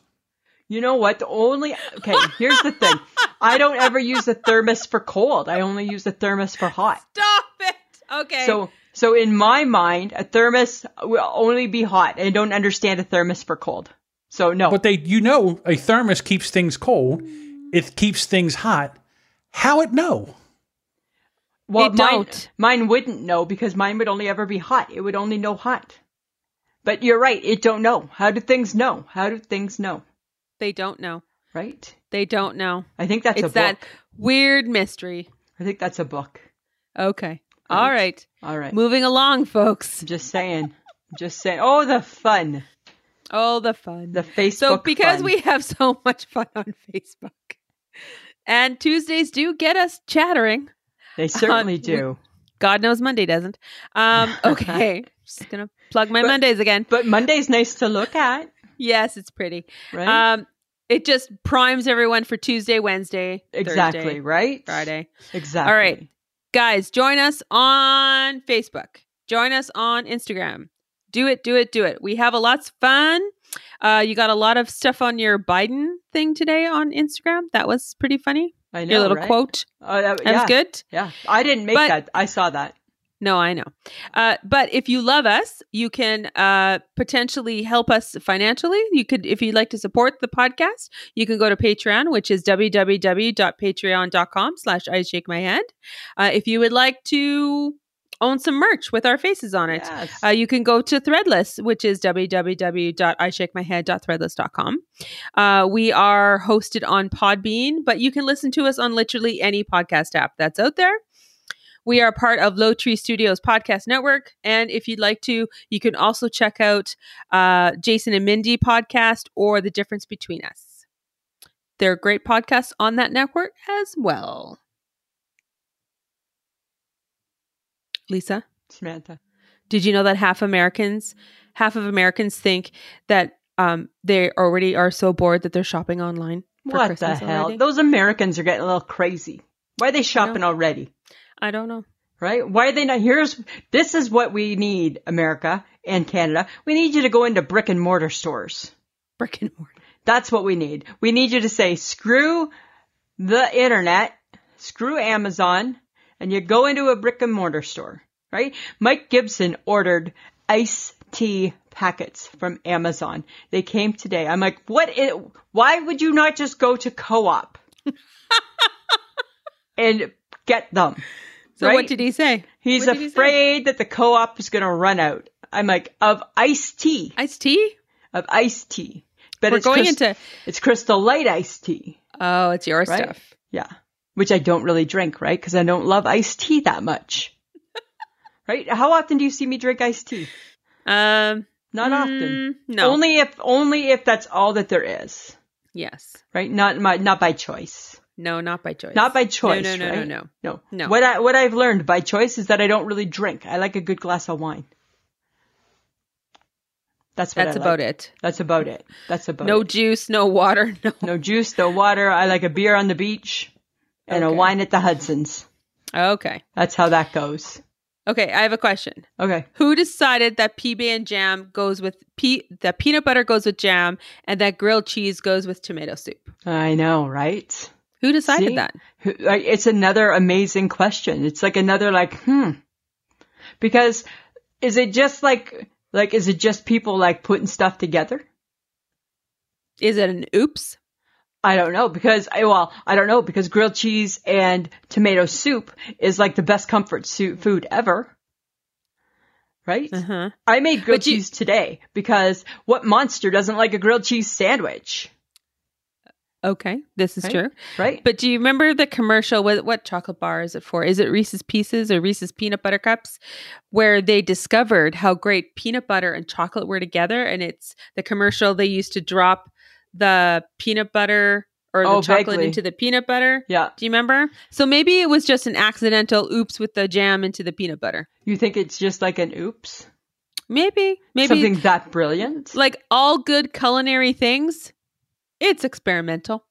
Speaker 2: You know what? The only okay. Here's the thing. I don't ever use a thermos for cold. I only use a thermos for hot.
Speaker 1: Stop it. Okay.
Speaker 2: So, so in my mind, a thermos will only be hot. I don't understand a thermos for cold. So no,
Speaker 3: But they, you know, a thermos keeps things cold. It keeps things hot. How it know?
Speaker 2: well,
Speaker 1: They
Speaker 2: mine,
Speaker 1: don't.
Speaker 2: mine wouldn't know because mine would only ever be hot. It would only know hot. But you're right. It don't know. How do things know? How do things know?
Speaker 1: they don't know.
Speaker 2: Right?
Speaker 1: They don't know.
Speaker 2: I think that's a
Speaker 1: it's that
Speaker 2: book.
Speaker 1: weird mystery.
Speaker 2: I think that's a book.
Speaker 1: Okay. All right.
Speaker 2: All right.
Speaker 1: Moving along, folks.
Speaker 2: I'm just saying. I'm just saying. Oh, the fun.
Speaker 1: Oh, the fun.
Speaker 2: The Facebook.
Speaker 1: So because
Speaker 2: fun.
Speaker 1: we have so much fun on Facebook, and Tuesdays do get us chattering.
Speaker 2: They certainly
Speaker 1: we-
Speaker 2: do.
Speaker 1: God knows Monday doesn't. Um, okay, just gonna plug my
Speaker 2: But-
Speaker 1: Mondays again.
Speaker 2: But Monday's nice to look at,
Speaker 1: Yes, it's pretty.
Speaker 2: right?
Speaker 1: Um, it just primes everyone for Tuesday, Wednesday,
Speaker 2: exactly,
Speaker 1: Thursday,
Speaker 2: right?
Speaker 1: Friday.
Speaker 2: Exactly.
Speaker 1: All right. Guys, join us on Facebook. Join us on Instagram. Do it, do it, do it. We have a lots of fun. Uh, you got a lot of stuff on your Biden thing today on Instagram. That was pretty funny.
Speaker 2: I know,
Speaker 1: Your little
Speaker 2: right?
Speaker 1: quote.
Speaker 2: Oh, that,
Speaker 1: That
Speaker 2: yeah,
Speaker 1: was good.
Speaker 2: Yeah. I didn't make
Speaker 1: But-
Speaker 2: that. I saw that.
Speaker 1: No, I know. Uh, but if you love us, you can uh, potentially help us financially. You could, if you'd like to support the podcast, you can go to Patreon, which is www.patreon.com slash I shake my head. Uh, if you would like to own some merch with our faces on it,
Speaker 2: Yes.
Speaker 1: uh, you can go to Threadless, which is www.ishakemyhead.threadless.com. Uh, we are hosted on Podbean, but you can listen to us on literally any podcast app that's out there. We are part of Low Tree Studios Podcast Network. And if you'd like to, you can also check out uh, Jason and Mindy podcast or The Difference Between Us. There are great podcasts on that network as well. Lisa?
Speaker 2: Samantha.
Speaker 1: Did you know that half Americans, half of Americans think that um, they already are so bored that they're shopping online? for
Speaker 2: what
Speaker 1: Christmas
Speaker 2: the hell?
Speaker 1: already?
Speaker 2: Those Americans are getting a little crazy. Why are they shopping already?
Speaker 1: I don't know.
Speaker 2: Right? Why are they not? Here's this is what we need, America and Canada. We need you to go into brick and mortar stores.
Speaker 1: Brick and mortar.
Speaker 2: That's what we need. We need you to say screw the internet, screw Amazon, and you go into a brick and mortar store. Right? Mike Gibson ordered iced tea packets from Amazon. They came today. I'm like, what? i- why would you not just go to co-op and get them?
Speaker 1: So
Speaker 2: Right?
Speaker 1: what did he say?
Speaker 2: He's
Speaker 1: What did he say?
Speaker 2: afraid that the co-op is going to run out. I'm like, of iced tea,
Speaker 1: Iced tea?
Speaker 2: of iced tea. But
Speaker 1: We're
Speaker 2: it's
Speaker 1: going
Speaker 2: crys-
Speaker 1: into
Speaker 2: it's Crystal Light iced tea,
Speaker 1: Oh, it's your
Speaker 2: right?
Speaker 1: stuff.
Speaker 2: Yeah, which I don't really drink, right? Because I don't love iced tea that much. right? How often do you see me drink iced tea?
Speaker 1: Um
Speaker 2: Not often.
Speaker 1: mm, No.
Speaker 2: Only if only if that's all that there is,
Speaker 1: yes.
Speaker 2: right? Not my not by choice.
Speaker 1: No, not by choice.
Speaker 2: Not by choice.
Speaker 1: No, no, no,
Speaker 2: right?
Speaker 1: no, no.
Speaker 2: no,
Speaker 1: No.
Speaker 2: What I what I've learned by choice is that I don't really drink. I like a good glass of wine. That's what
Speaker 1: That's
Speaker 2: I like.
Speaker 1: about it.
Speaker 2: That's about it. That's about
Speaker 1: No
Speaker 2: it.
Speaker 1: juice, no water, no.
Speaker 2: no juice, no water. I like a beer on the beach and
Speaker 1: Okay.
Speaker 2: a wine at the Hudson's.
Speaker 1: Okay.
Speaker 2: That's how that goes.
Speaker 1: Okay, I have a question.
Speaker 2: Okay.
Speaker 1: Who decided that PB and jam goes with pe- that peanut butter goes with jam and that grilled cheese goes with tomato soup?
Speaker 2: I know, right?
Speaker 1: Who decided
Speaker 2: See?
Speaker 1: that?
Speaker 2: Who- like, It's another amazing question. It's like another like, hmm. Because is it just like like is it just people like putting stuff together?
Speaker 1: Is it an oops?
Speaker 2: I don't know because I well, I don't know because grilled cheese and tomato soup is like the best comfort soup food ever. Right?
Speaker 1: Uh-huh.
Speaker 2: I made grilled
Speaker 1: But you-
Speaker 2: cheese today because what monster doesn't like a grilled cheese sandwich?
Speaker 1: Okay, this is
Speaker 2: Right?
Speaker 1: true.
Speaker 2: Right?
Speaker 1: But do you remember the commercial? What, what chocolate bar is it for? Is it Reese's Pieces or Reese's Peanut Butter Cups? Where they discovered how great peanut butter and chocolate were together. And it's the commercial they used to drop the peanut butter or the
Speaker 2: Oh,
Speaker 1: chocolate
Speaker 2: vaguely.
Speaker 1: into the peanut butter.
Speaker 2: yeah.
Speaker 1: Do you remember? So maybe it was just an accidental oops with the jam into the peanut butter.
Speaker 2: You think it's just like an oops?
Speaker 1: Maybe. Maybe
Speaker 2: Something that brilliant?
Speaker 1: like all good culinary things, it's experimental.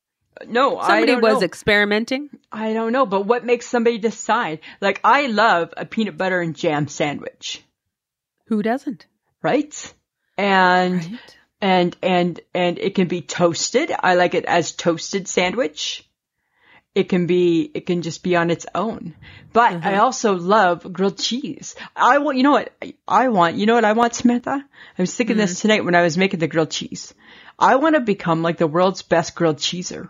Speaker 2: no, I
Speaker 1: Somebody
Speaker 2: don't
Speaker 1: was
Speaker 2: know.
Speaker 1: experimenting.
Speaker 2: I don't know, but what makes somebody decide? Like I love a peanut butter and jam sandwich,
Speaker 1: Who doesn't?
Speaker 2: right? And
Speaker 1: Right.
Speaker 2: and and and it can be toasted. I like it as toasted sandwich. It can be it can just be on its own. But I
Speaker 1: Uh-huh.
Speaker 2: also love grilled cheese. I want you know what I- I want. You know what I want, Samantha? I was thinking
Speaker 1: Mm-hmm.
Speaker 2: this tonight when I was making the grilled cheese. I want to become like the world's best grilled cheeser.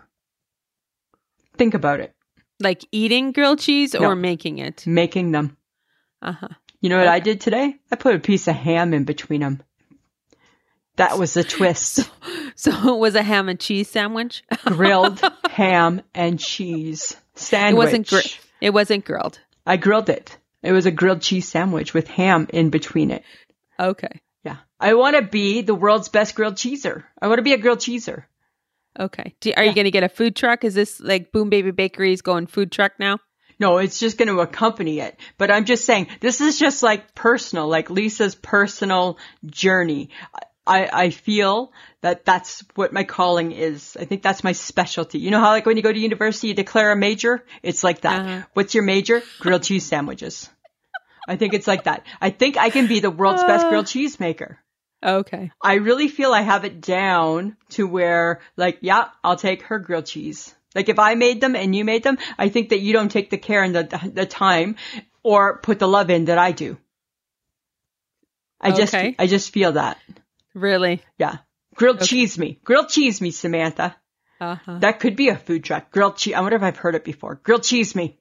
Speaker 2: Think about it.
Speaker 1: Like eating grilled cheese
Speaker 2: No.
Speaker 1: or making it.
Speaker 2: Making them.
Speaker 1: Uh huh.
Speaker 2: You know what I did today? I put a piece of ham in between them. That was the twist.
Speaker 1: So it was a ham and cheese sandwich.
Speaker 2: grilled ham and cheese
Speaker 1: It
Speaker 2: sandwich.
Speaker 1: wasn't. Gr- it wasn't grilled.
Speaker 2: I grilled it. It was a grilled cheese sandwich with ham in between it.
Speaker 1: Okay.
Speaker 2: Yeah. I want to be the world's best grilled cheeser. I want to be a grilled cheeser.
Speaker 1: Okay. Do, are you going to get a food truck? Is this like Boom Baby Bakery's going food truck now?
Speaker 2: No, it's just going to accompany it. But I'm just saying, this is just like personal, like Lisa's personal journey. I, I feel that that's what my calling is. I think that's my specialty. You know how like when you go to university, you declare a major? It's like that.
Speaker 1: Uh-huh.
Speaker 2: What's your major? Grilled cheese sandwiches. I think it's like that. I think I can be the world's best grilled cheese maker.
Speaker 1: Okay.
Speaker 2: I really feel I have it down to where, like, yeah, I'll take her grilled cheese. Like, if I made them and you made them, I think that you don't take the care and the the time, or put the love in that I do. I just
Speaker 1: Okay.
Speaker 2: I just feel that.
Speaker 1: Really.
Speaker 2: Yeah, grilled cheese me, grilled cheese me, Samantha.
Speaker 1: Uh huh.
Speaker 2: That could be a food truck. Grilled cheese. I wonder if I've heard it before. Grilled cheese me,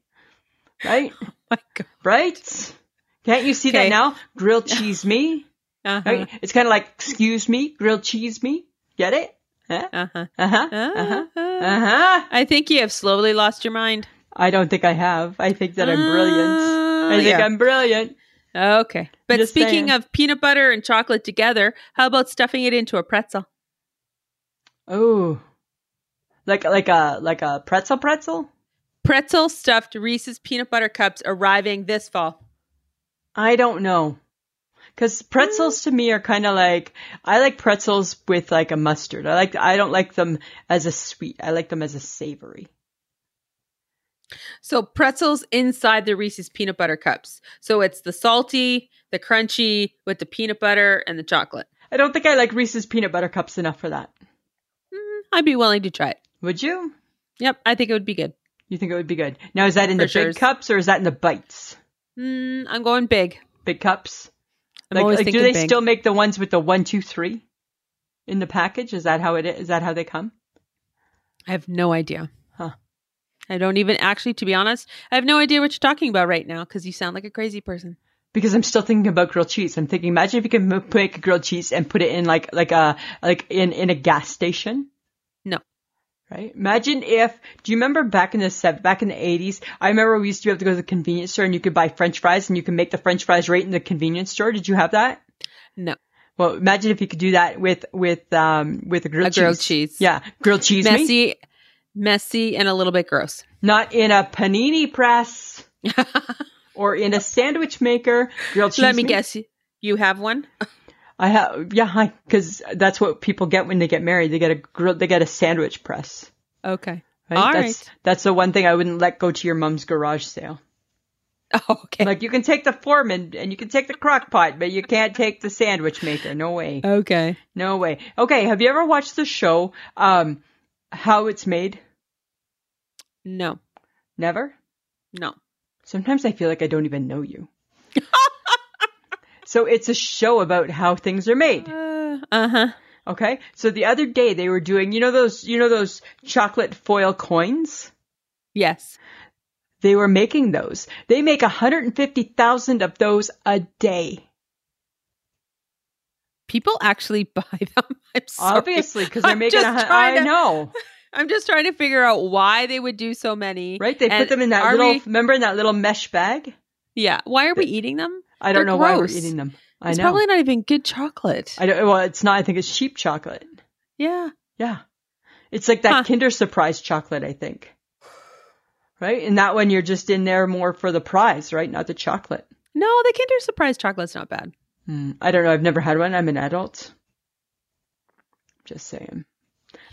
Speaker 2: right?
Speaker 1: Oh My God.
Speaker 2: right? Can't you see
Speaker 1: Okay.
Speaker 2: that now? Grilled cheese me.
Speaker 1: Uh-huh.
Speaker 2: Right? It's kind of like, excuse me, grilled cheese me. Get it? Huh?
Speaker 1: Uh-huh.
Speaker 2: Uh-huh.
Speaker 1: Uh-huh.
Speaker 2: Uh-huh. Uh-huh.
Speaker 1: I think you have slowly lost your mind.
Speaker 2: I don't think I have. I think that I'm brilliant. I think
Speaker 1: Uh, yeah.
Speaker 2: I'm brilliant.
Speaker 1: Okay. But
Speaker 2: Just
Speaker 1: speaking
Speaker 2: saying.
Speaker 1: of peanut butter and chocolate together, how about stuffing it into a pretzel?
Speaker 2: Oh. Like like a like a pretzel pretzel?
Speaker 1: Pretzel stuffed Reese's peanut butter cups arriving this fall.
Speaker 2: I don't know. Because pretzels to me are kind of like I like pretzels with like a mustard. I like I don't like them as a sweet. I like them as a savory.
Speaker 1: So pretzels inside the Reese's peanut butter cups. So it's the salty, the crunchy with the peanut butter and the chocolate.
Speaker 2: I don't think I like Reese's peanut butter cups enough for that.
Speaker 1: Mm, I'd be willing to try it.
Speaker 2: Would you?
Speaker 1: Yep, I think it would be good.
Speaker 2: You think it would be good? Now is that in
Speaker 1: For
Speaker 2: the
Speaker 1: sure.
Speaker 2: big cups or is that in the bites?
Speaker 1: Mm, I'm going big.
Speaker 2: Big cups.
Speaker 1: I'm
Speaker 2: like,
Speaker 1: always
Speaker 2: like, do
Speaker 1: thinking
Speaker 2: they
Speaker 1: big.
Speaker 2: still make the ones with the one, two, three in the package? Is that how it is? Is that how they come?
Speaker 1: I have no idea.
Speaker 2: Huh.
Speaker 1: I don't even actually, to be honest, I have no idea what you're talking about right now because you sound like a crazy person.
Speaker 2: because I'm still thinking about grilled cheese. I'm thinking, imagine if you could m- make grilled cheese and put it in like like a like in in a gas station.
Speaker 1: No.
Speaker 2: Right. Imagine if. Do you remember back in the sev- back in the eighties? I remember we used to be able to go to the convenience store and you could buy French fries and you can make the French fries right in the convenience store. Did you have that?
Speaker 1: No.
Speaker 2: Well, imagine if you could do that with with um with a grilled,
Speaker 1: A grilled cheese.
Speaker 2: Yeah, grilled cheese. me?
Speaker 1: messy, messy, and a little bit gross.
Speaker 2: Not in a panini press or in a sandwich maker. Grilled cheese.
Speaker 1: Let me
Speaker 2: meat?
Speaker 1: guess. You have one?
Speaker 2: I have, yeah, because that's what people get when they get married. They get a grill, they get a sandwich press.
Speaker 1: Okay.
Speaker 2: Right?
Speaker 1: All
Speaker 2: that's,
Speaker 1: right.
Speaker 2: That's the one thing I wouldn't let go to your mom's garage sale.
Speaker 1: Oh, okay.
Speaker 2: Like you can take the foreman and you can take the crock pot, but you can't take the sandwich maker. No way.
Speaker 1: okay.
Speaker 2: No way. Okay. Have you ever watched the show, um, How It's Made?
Speaker 1: No.
Speaker 2: Never?
Speaker 1: No.
Speaker 2: Sometimes I feel like I don't even know you. so it's a show about how things are made.
Speaker 1: Uh huh.
Speaker 2: Okay. So the other day they were doing, you know those, you know those chocolate foil coins?
Speaker 1: Yes.
Speaker 2: They were making those. They make 150,000 of those a day.
Speaker 1: People actually buy them. I'm sorry.
Speaker 2: Obviously, because they're
Speaker 1: I'm
Speaker 2: making.
Speaker 1: just
Speaker 2: A, hun-
Speaker 1: trying
Speaker 2: I
Speaker 1: to-
Speaker 2: know,
Speaker 1: I'm just trying to figure out why they would do so many.
Speaker 2: right? They put
Speaker 1: And
Speaker 2: them in that
Speaker 1: are
Speaker 2: little.
Speaker 1: we-
Speaker 2: remember in that little mesh bag?
Speaker 1: yeah. Why are we eating them?
Speaker 2: I don't
Speaker 1: They're
Speaker 2: know why we're
Speaker 1: gross.
Speaker 2: eating them. I
Speaker 1: It's
Speaker 2: know.
Speaker 1: probably not even good chocolate.
Speaker 2: I don't. Well, it's not. I think it's cheap chocolate.
Speaker 1: yeah.
Speaker 2: Yeah, it's like that
Speaker 1: Huh.
Speaker 2: Kinder Surprise chocolate. I think. Right, and that one you're just in there more for the prize, right? Not the chocolate.
Speaker 1: No, the Kinder Surprise chocolate's not bad.
Speaker 2: Hmm. I don't know. I've never had one. I'm an adult. Just saying.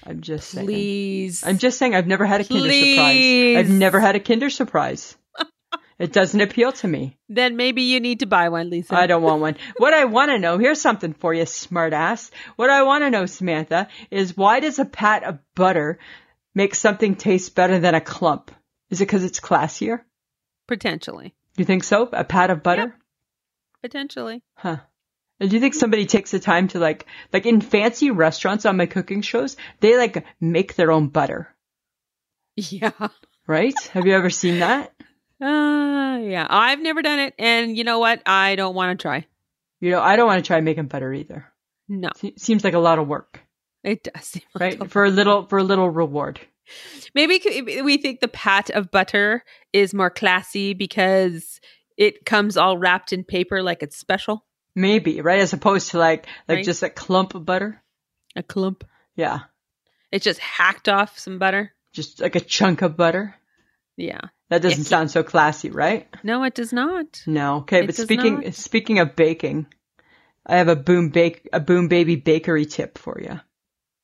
Speaker 2: I'm just saying.
Speaker 1: Please.
Speaker 2: I'm just saying I've never had a Kinder
Speaker 1: Please.
Speaker 2: surprise. I've never had a Kinder surprise. it doesn't appeal to me.
Speaker 1: then maybe you need to buy one, Lisa.
Speaker 2: I don't want one. What I want to know, here's something for you, smartass. What I want to know, Samantha, is why does a pat of butter make something taste better than a clump? Is it because it's classier?
Speaker 1: Potentially.
Speaker 2: You think so? A pat of butter?
Speaker 1: Potentially.
Speaker 2: Huh. And do you think somebody takes the time to like, like in fancy restaurants on my cooking shows, they like make their own butter,
Speaker 1: Yeah.
Speaker 2: right? Have you ever seen that?
Speaker 1: Uh, yeah. I've never done it. And you know what? I don't want to try.
Speaker 2: You know, I don't want to try making butter either.
Speaker 1: No,
Speaker 2: Se- seems like a lot of work,
Speaker 1: it does seem like
Speaker 2: right? For a little for a little reward.
Speaker 1: Maybe it could- we think the pat of butter is more classy because it comes all wrapped in paper like it's special.
Speaker 2: Maybe, right? As opposed to like like
Speaker 1: Right.
Speaker 2: just a clump of butter.
Speaker 1: A clump.
Speaker 2: Yeah.
Speaker 1: It's just hacked off some butter.
Speaker 2: Just like a chunk of butter.
Speaker 1: Yeah.
Speaker 2: That doesn't
Speaker 1: Yucky.
Speaker 2: sound so classy, right?
Speaker 1: No, it does not.
Speaker 2: No. Okay,
Speaker 1: It
Speaker 2: but
Speaker 1: does
Speaker 2: speaking
Speaker 1: not.
Speaker 2: speaking of baking, I have a boom bake a boom baby bakery tip for you.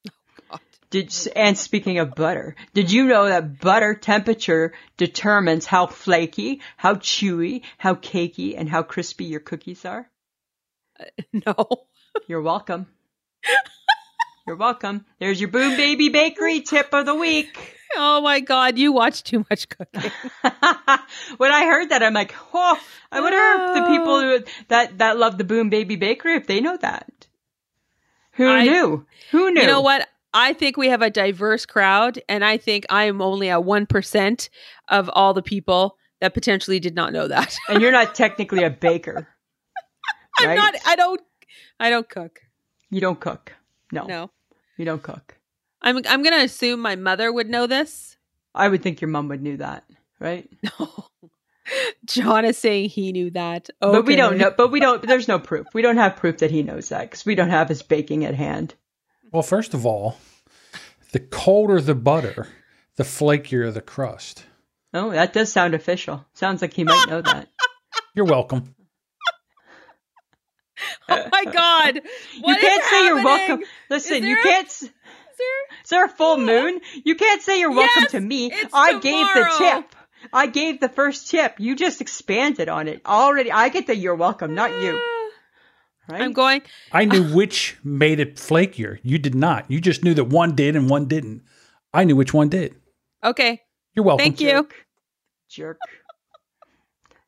Speaker 1: Oh, God.
Speaker 2: Did and speaking of butter, did you know that butter temperature determines how flaky, how chewy, how cakey, and how crispy your cookies are?
Speaker 1: No.
Speaker 2: You're welcome. You're welcome. There's your Boom Baby Bakery tip of the week.
Speaker 1: Oh my God, you watch too much cooking.
Speaker 2: when I heard that, I'm like, oh, I wonder if the people who, that that love the Boom Baby Bakery if they know that. Who
Speaker 1: I-
Speaker 2: knew? Who knew?
Speaker 1: You know what? I think we have a diverse crowd, and I think I am only at 1% of all the people that potentially did not know that.
Speaker 2: And you're not technically a baker.
Speaker 1: I'm
Speaker 2: right?
Speaker 1: not, I don't, I don't cook.
Speaker 2: You don't cook. No,
Speaker 1: No.
Speaker 2: you don't cook.
Speaker 1: I'm, I'm going to assume my mother would know this.
Speaker 2: I would think your mum would knew that, right?
Speaker 1: No. John is saying he knew that. Oh,
Speaker 2: But we don't know. But we don't. There's no proof. We don't have proof that he knows that because we don't have his baking at hand.
Speaker 3: Well, first of all, the colder the butter, the flakier the crust.
Speaker 2: Oh, that does sound official. Sounds like he might know that.
Speaker 3: You're welcome.
Speaker 1: Oh my god! What
Speaker 2: you can't
Speaker 1: is
Speaker 2: say you're
Speaker 1: happening?
Speaker 2: welcome. Listen, you
Speaker 1: there a-
Speaker 2: can't. s-
Speaker 1: Is there-
Speaker 2: Is there a full moon? You can't say you're welcome
Speaker 1: Yes,
Speaker 2: to me.
Speaker 1: it's
Speaker 2: I gave the
Speaker 1: tomorrow.
Speaker 2: tip. I gave the first tip. You just expanded on it already. I get that you're welcome, not you. Right?
Speaker 1: I'm going.
Speaker 3: I knew which made it flakier. You did not. You just knew that one did and one didn't. I knew which one did.
Speaker 1: Okay.
Speaker 3: You're welcome.
Speaker 1: Thank you.
Speaker 2: Jerk.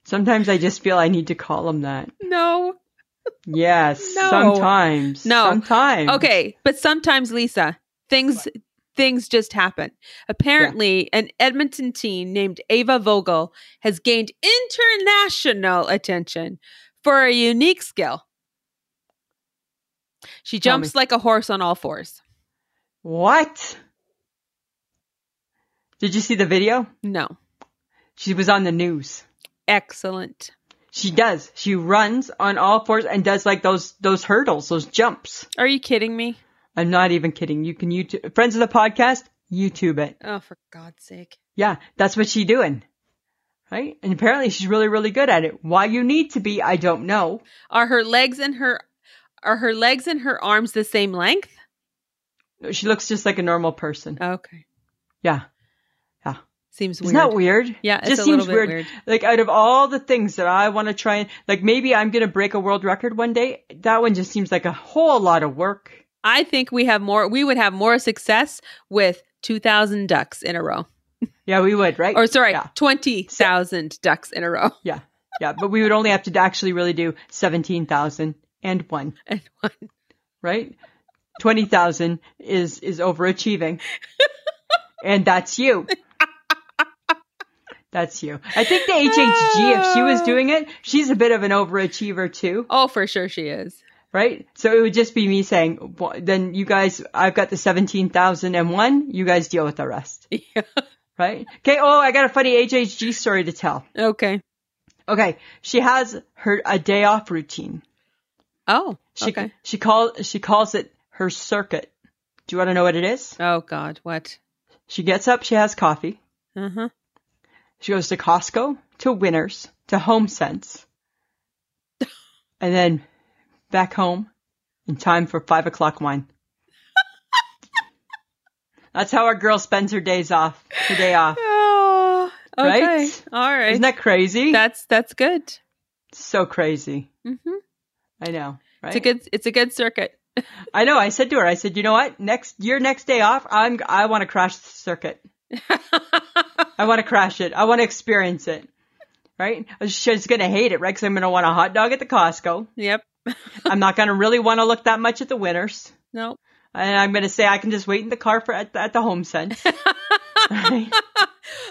Speaker 2: Sometimes I just feel I need to call him that.
Speaker 1: No.
Speaker 2: Yes.
Speaker 1: No.
Speaker 2: Sometimes.
Speaker 1: No.
Speaker 2: Sometimes.
Speaker 1: Okay, but sometimes Lisa, things things just happen. Apparently, an Edmonton teen named Ava Vogel has gained international attention for a unique skill. She
Speaker 2: Tell
Speaker 1: jumps like a horse on all fours.
Speaker 2: What? Did you see the video?
Speaker 1: No.
Speaker 2: She was on the news.
Speaker 1: Excellent.
Speaker 2: She does. She runs on all fours and does like those those hurdles, those jumps.
Speaker 1: Are you kidding me?
Speaker 2: I'm not even kidding. You can YouTube friends of the podcast, YouTube it.
Speaker 1: Oh, for God's sake.
Speaker 2: Yeah, that's what she's doing. Right? And apparently she's really, really good at it. Why you need to be, I don't know.
Speaker 1: Are her legs and her are her legs and her arms the same length?
Speaker 2: She looks just like a normal person.
Speaker 1: Okay.
Speaker 2: Yeah.
Speaker 1: Seems weird.
Speaker 2: Isn't that weird?
Speaker 1: Yeah, it's
Speaker 2: just
Speaker 1: a
Speaker 2: seems
Speaker 1: little bit
Speaker 2: weird.
Speaker 1: weird.
Speaker 2: Like out of all the things that I want to try and like maybe I'm gonna break a world record one day. That one just seems like a whole lot of work.
Speaker 1: I think we have more. We would have more success with two thousand ducks in a row,
Speaker 2: Yeah, we would, right?
Speaker 1: or sorry,
Speaker 2: Yeah.
Speaker 1: twenty thousand ducks in a row.
Speaker 2: Yeah. Yeah. But we would only have to actually really do 17,001,
Speaker 1: And one-
Speaker 2: right? 20,000 is, is overachieving. And that's you. That's you. I think the HHG, if she was doing it, she's a bit of an overachiever too,
Speaker 1: Oh, for sure she is.
Speaker 2: right? So it would just be me saying, "Well, then you guys, I've got the 17,001, you guys deal with the rest,
Speaker 1: Yeah.
Speaker 2: right? Okay. Oh, I got a funny HHG story to tell.
Speaker 1: Okay.
Speaker 2: Okay. She has her, a day off routine.
Speaker 1: Oh.
Speaker 2: She
Speaker 1: okay.
Speaker 2: she calls she calls it her circuit. Do you want to know what it is?
Speaker 1: Oh God. What?
Speaker 2: She gets up, she has coffee,
Speaker 1: Uh huh.
Speaker 2: she goes to Costco, to Winners, to HomeSense, and then back home in time for five o'clock wine. That's how our girl spends her days off, her day off.
Speaker 1: Oh. Okay.
Speaker 2: Right?
Speaker 1: All right.
Speaker 2: Isn't that crazy?
Speaker 1: that's that's good.
Speaker 2: so crazy.
Speaker 1: hmm
Speaker 2: I know. Right?
Speaker 1: It's a good. It's a good circuit.
Speaker 2: I know. I said to her, I said, you know what? Next your next day off, I'm I want to crash the circuit. I want to crash it. I want to experience it. Right? She's going to hate it, right? Because I'm going to want a hot dog at the Costco.
Speaker 1: yep.
Speaker 2: I'm not going to really want to look that much at the winners.
Speaker 1: No.
Speaker 2: And I'm going to say I can just wait in the car for at the, at the home sense. right?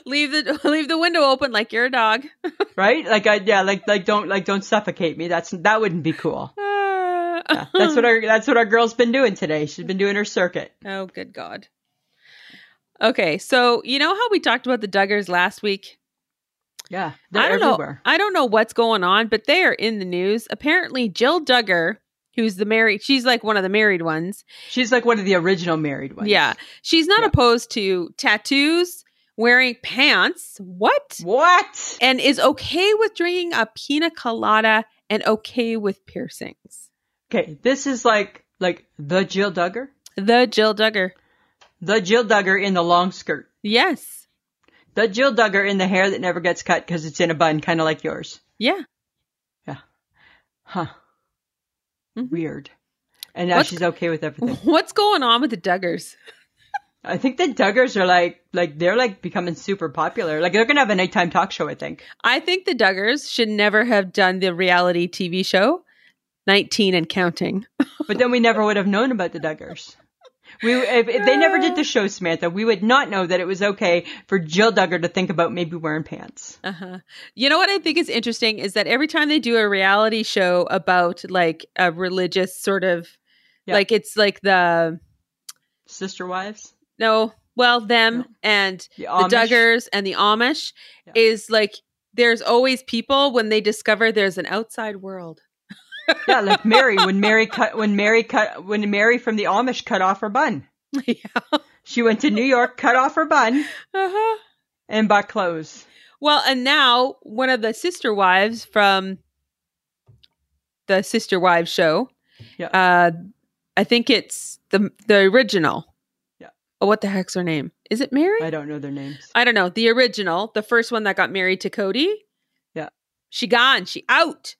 Speaker 1: Leave the leave the window open like you're a dog.
Speaker 2: Right? Like I yeah, like like don't like don't suffocate me. That's that wouldn't be cool.
Speaker 1: Ah.
Speaker 2: Yeah, that's what our that's what our girl's been doing today. She's been doing her circuit.
Speaker 1: Oh, good God. Okay, so you know how we talked about the Duggars last week?
Speaker 2: Yeah. They're
Speaker 1: I don't
Speaker 2: everywhere.
Speaker 1: know. I don't know what's going on, but they are in the news. Apparently, Jill Duggar, who's the married, she's like one of the married ones.
Speaker 2: She's like one of the original married ones.
Speaker 1: Yeah, she's not
Speaker 2: Yeah.
Speaker 1: opposed to tattoos, wearing pants, what,
Speaker 2: What?
Speaker 1: and is okay with drinking a pina colada and okay with piercings.
Speaker 2: Okay, this is like like the Jill Duggar.
Speaker 1: The Jill Duggar,
Speaker 2: The Jill Duggar in the long skirt.
Speaker 1: yes,
Speaker 2: The Jill Duggar in the hair that never gets cut because it's in a bun, kind of like yours.
Speaker 1: yeah,
Speaker 2: Huh.
Speaker 1: Mhm.
Speaker 2: Weird. And now
Speaker 1: What's-
Speaker 2: she's okay with everything.
Speaker 1: what's going on with the Duggars?
Speaker 2: I think the Duggars are like, like they're like becoming super popular. Like they're gonna have a nighttime talk show. I think.
Speaker 1: I think the Duggars should never have done the reality TV show 19 and counting.
Speaker 2: But then we never would have known about the Duggars. We, if, if they never did the show, Samantha, we would not know that it was okay for Jill Duggar to think about maybe wearing pants.
Speaker 1: Uh-huh. You know what I think is interesting is that every time they do a reality show about like a religious sort of
Speaker 2: Yeah.
Speaker 1: like it's like the
Speaker 2: Sister wives,
Speaker 1: no, well, them
Speaker 2: No.
Speaker 1: and
Speaker 2: the,
Speaker 1: the
Speaker 2: Amish.
Speaker 1: Duggars and the Amish
Speaker 2: Yeah.
Speaker 1: is like there's always people when they discover there's an outside world.
Speaker 2: yeah, like Mary when Mary cut when Mary cut when Mary from the Amish cut off her bun.
Speaker 1: yeah.
Speaker 2: She went to New York, cut off her bun,
Speaker 1: Uh-huh.
Speaker 2: and bought clothes.
Speaker 1: Well, and now one of the sister wives from the Sister Wives show.
Speaker 2: Yeah.
Speaker 1: Uh, I think it's the the original.
Speaker 2: Yeah.
Speaker 1: Oh, what the heck's her name? Is it Mary?
Speaker 2: I don't know their names.
Speaker 1: I don't know. The original, the first one that got married to Cody.
Speaker 2: Yeah.
Speaker 1: She gone. She out.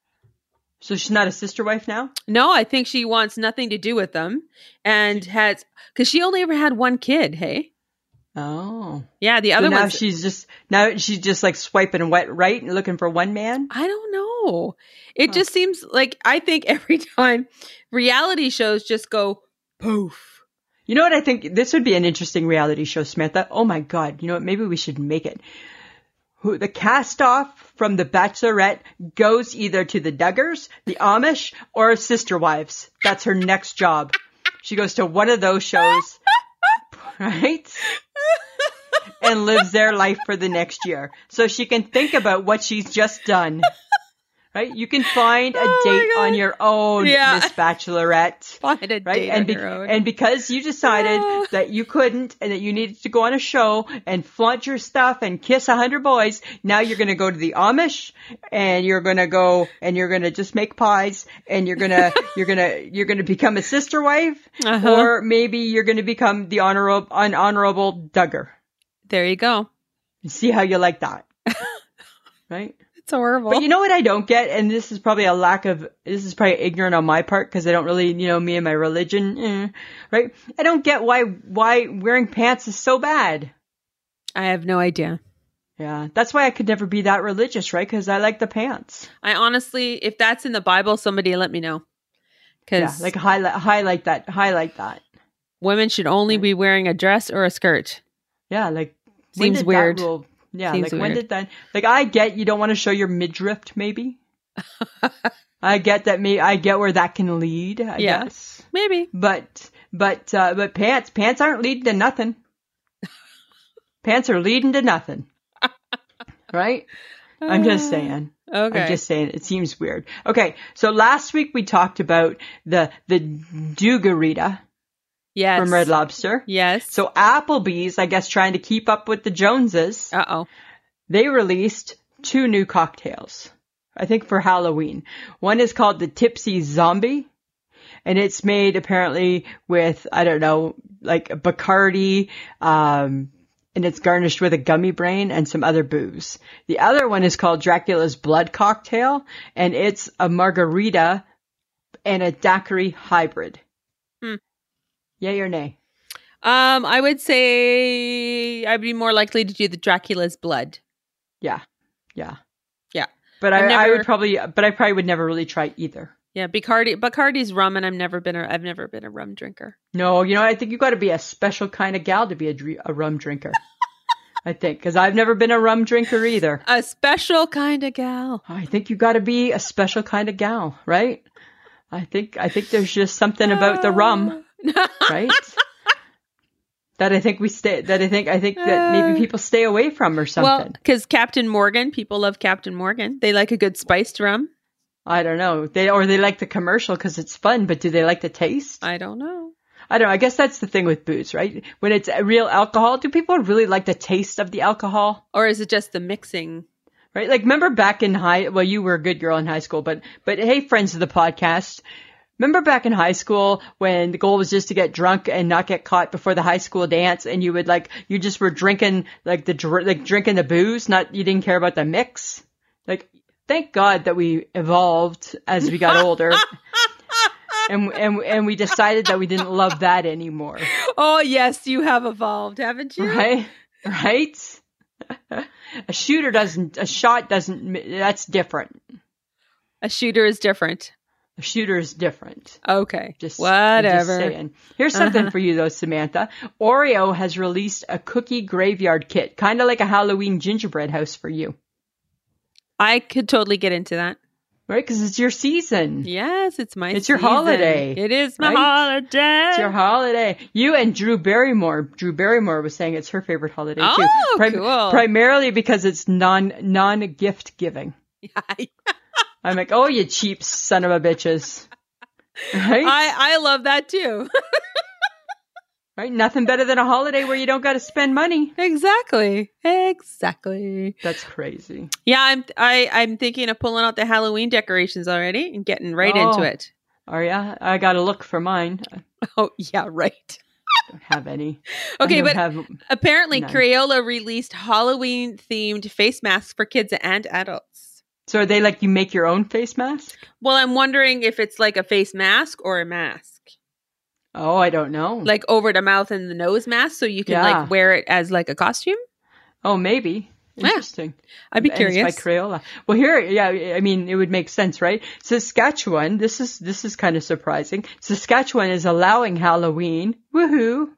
Speaker 2: So she's not a sister wife now?
Speaker 1: No, I think she wants nothing to do with them and has because she only ever had one kid. Hey.
Speaker 2: Oh.
Speaker 1: Yeah. The
Speaker 2: So
Speaker 1: other
Speaker 2: now
Speaker 1: one's
Speaker 2: she's just now she's just like swiping wet right and looking for one man.
Speaker 1: I don't know. It
Speaker 2: Huh.
Speaker 1: just seems like I think every time reality shows just go poof.
Speaker 2: You know what I think this would be an interesting reality show, Samantha. Oh my god, you know what? Maybe we should make it. Who the cast off from The Bachelorette goes either to the Duggars, the Amish, or Sister Wives. That's her next job. She goes to one of those shows, right? And lives their life for the next year. So she can think about what she's just done. Right? You can find a
Speaker 1: Oh my
Speaker 2: date on
Speaker 1: God.
Speaker 2: your own,
Speaker 1: Yeah.
Speaker 2: Miss Bachelorette
Speaker 1: Find a
Speaker 2: right?
Speaker 1: date
Speaker 2: and
Speaker 1: on
Speaker 2: be-
Speaker 1: your own.
Speaker 2: and because you decided
Speaker 1: Yeah.
Speaker 2: that you couldn't and that you needed to go on a show and flaunt your stuff and kiss a hundred boys, now you're going to go to the Amish and you're going to go and you're going to just make pies and you're going to you're going to you're going to become a sister wife
Speaker 1: Uh-huh.
Speaker 2: or maybe you're going to become the honorable an honorable Duggar.
Speaker 1: there you go.
Speaker 2: See how you like that. right?
Speaker 1: It's horrible.
Speaker 2: But you know what I don't get, and this is probably a lack of this is probably ignorant on my part because I don't really, you know, me and my religion, eh, right? I don't get why why wearing pants is so bad.
Speaker 1: I have no idea.
Speaker 2: Yeah, that's why I could never be that religious, right? Because I like the pants.
Speaker 1: I honestly, if that's in the Bible, somebody let me know.
Speaker 2: Yeah,
Speaker 1: Because
Speaker 2: like highlight highlight that highlight that.
Speaker 1: women should only be wearing a dress or a skirt.
Speaker 2: Yeah, like when
Speaker 1: Seems
Speaker 2: did that
Speaker 1: weird.
Speaker 2: rule- yeah,
Speaker 1: Seems
Speaker 2: like when
Speaker 1: weird.
Speaker 2: did that? Like I get you don't want to show your midriff, maybe. I get that. Me, I get where that can lead. I
Speaker 1: Yeah.
Speaker 2: guess.
Speaker 1: Maybe.
Speaker 2: But but uh, but pants pants aren't leading to nothing. pants are leading to nothing. Right? I'm just saying.
Speaker 1: Uh, Okay.
Speaker 2: I'm just saying. It seems weird. Okay, so last week we talked about the the Dugarita
Speaker 1: yes.
Speaker 2: from Red Lobster.
Speaker 1: Yes.
Speaker 2: So Applebee's, I guess, trying to keep up with the Joneses,
Speaker 1: Uh oh.
Speaker 2: they released two new cocktails. I think for Halloween. One is called the Tipsy Zombie, and it's made apparently with I don't know, like Bacardi, um, and it's garnished with a gummy brain and some other booze. The other one is called Dracula's Blood Cocktail, and it's a margarita and a daiquiri hybrid.
Speaker 1: Hmm.
Speaker 2: Yay or nay?
Speaker 1: Um, I would say I'd be more likely to do the Dracula's blood.
Speaker 2: Yeah. Yeah.
Speaker 1: Yeah.
Speaker 2: But I,
Speaker 1: I've
Speaker 2: I
Speaker 1: never-
Speaker 2: would probably, but I probably would never really try either.
Speaker 1: Yeah, Bacardi. Bacardi's rum, and I've never been a I've never been a rum drinker.
Speaker 2: No, you know, I think you got to be a special kind of gal to be a, dr- a rum drinker. I think, because I've never been a rum drinker either.
Speaker 1: A special kind of gal.
Speaker 2: I think you got to be a special kind of gal, right? I think, I think there's just something about the rum,
Speaker 1: Ah.
Speaker 2: right? that I think we stay, that I think, I think that
Speaker 1: Uh,
Speaker 2: maybe people stay away from or
Speaker 1: well,
Speaker 2: something.
Speaker 1: because Captain Morgan, people love Captain Morgan. They like a good spiced rum.
Speaker 2: I don't know. They, or they like the commercial because it's fun, but do they like the taste?
Speaker 1: I don't know.
Speaker 2: I don't know. I guess that's the thing with booze, right? When it's real alcohol, do people really like the taste of the alcohol?
Speaker 1: Or is it just the mixing?
Speaker 2: Right? Like, remember back in high, well, you were a good girl in high school, but, but hey, friends of the podcast, remember back in high school when the goal was just to get drunk and not get caught before the high school dance and you would like, you just were drinking, like the, dr- like drinking the booze, not, you didn't care about the mix? Like, thank God that we evolved as we got older. And, and and we decided that we didn't love that anymore.
Speaker 1: Oh yes, you have evolved, haven't you?
Speaker 2: right right a shooter doesn't a shot doesn't mi- that's different
Speaker 1: A shooter is different.
Speaker 2: a shooter is different
Speaker 1: Okay,
Speaker 2: just I'm just
Speaker 1: whatever. Uh-huh.
Speaker 2: saying. here's something for you though samantha oreo has released a cookie graveyard kit kind of like a halloween gingerbread house for you
Speaker 1: I could totally get into that.
Speaker 2: right because it's your season
Speaker 1: Yes, it's my.
Speaker 2: It's your
Speaker 1: season.
Speaker 2: holiday,
Speaker 1: It is my
Speaker 2: right?
Speaker 1: holiday.
Speaker 2: It's your holiday. You and Drew Barrymore. Drew Barrymore was saying it's her favorite holiday too.
Speaker 1: Oh, cool.
Speaker 2: Primarily because it's non non gift giving.
Speaker 1: I,
Speaker 2: I'm like, oh, you cheap son of a bitches. Right?
Speaker 1: I love that too.
Speaker 2: Right? Nothing better than a holiday where you don't got to spend money.
Speaker 1: Exactly. Exactly.
Speaker 2: That's crazy.
Speaker 1: Yeah, I'm I, I'm thinking of pulling out the Halloween decorations already and getting right
Speaker 2: Oh.
Speaker 1: into it.
Speaker 2: Oh yeah, I got to look for mine. I
Speaker 1: Oh yeah, right.
Speaker 2: don't have any. I
Speaker 1: Okay,
Speaker 2: don't
Speaker 1: but
Speaker 2: have-
Speaker 1: apparently
Speaker 2: none.
Speaker 1: Crayola released Halloween themed face masks for kids and adults.
Speaker 2: so are they like you make your own face mask?
Speaker 1: Well, I'm wondering if it's like a face mask or a mask.
Speaker 2: Oh, I don't know.
Speaker 1: Like over the mouth and the nose mask so you can
Speaker 2: Yeah.
Speaker 1: like wear it as like a costume.
Speaker 2: oh, maybe.
Speaker 1: Yeah.
Speaker 2: Interesting.
Speaker 1: Ah, I'd be
Speaker 2: And it's
Speaker 1: curious.
Speaker 2: by Crayola. Well, here, yeah, I mean, it would make sense, right? Saskatchewan. This is this is kind of surprising. Saskatchewan is allowing Halloween, woohoo,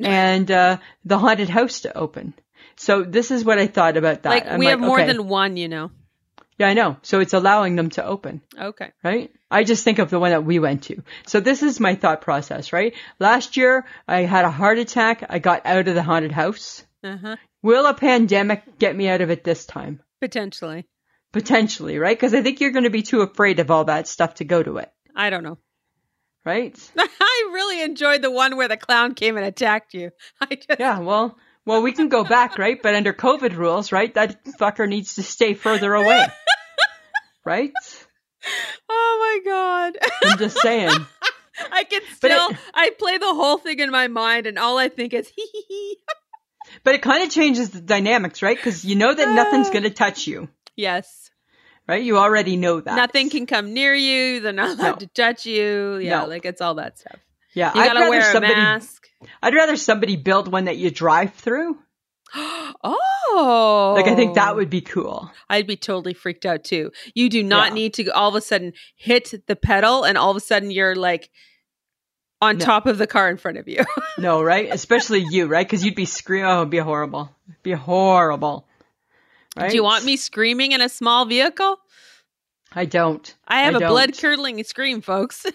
Speaker 2: and uh, the haunted house to open. So this is what I thought about that.
Speaker 1: like
Speaker 2: I'm
Speaker 1: we have more
Speaker 2: okay.
Speaker 1: than one, you know.
Speaker 2: yeah, I know. So it's allowing them to open.
Speaker 1: Okay.
Speaker 2: right? I just think of the one that we went to. So this is my thought process, right? Last year, I had a heart attack. I got out of the haunted house.
Speaker 1: Uh-huh.
Speaker 2: Will a pandemic get me out of it this time?
Speaker 1: Potentially.
Speaker 2: Potentially, right? Because I think you're going to be too afraid of all that stuff to go to it,
Speaker 1: I don't know.
Speaker 2: right?
Speaker 1: I really enjoyed the one where the clown came and attacked you. I just
Speaker 2: Yeah, well, well, we can go back, right? But under COVID rules, right? That fucker needs to stay further away, right?
Speaker 1: Oh my god.
Speaker 2: I'm just saying.
Speaker 1: I can
Speaker 2: But it-
Speaker 1: still I play the whole thing in my mind and all I think is hee hee hee.
Speaker 2: But it kind of changes the dynamics, right? Because you know that nothing's going to touch you,
Speaker 1: Yes.
Speaker 2: right? You already know that.
Speaker 1: Nothing can come near you. They're not allowed to touch you. Yeah,
Speaker 2: No.
Speaker 1: like it's all that stuff.
Speaker 2: Yeah,
Speaker 1: You
Speaker 2: I'd
Speaker 1: gotta
Speaker 2: rather
Speaker 1: wear a
Speaker 2: somebody.
Speaker 1: mask.
Speaker 2: I'd rather somebody build one that you drive through.
Speaker 1: oh.
Speaker 2: Like I think that would be cool.
Speaker 1: I'd be totally freaked out too. You do not
Speaker 2: Yeah.
Speaker 1: need to all of a sudden hit the pedal and all of a sudden you're like on
Speaker 2: No.
Speaker 1: top of the car in front of you.
Speaker 2: No, right? Especially you, right? Because you'd be screaming. Oh, it'd be horrible. It'd be horrible. Right?
Speaker 1: Do you want me screaming in a small vehicle?
Speaker 2: I don't.
Speaker 1: I have
Speaker 2: I
Speaker 1: a
Speaker 2: don't.
Speaker 1: blood curdling scream, folks.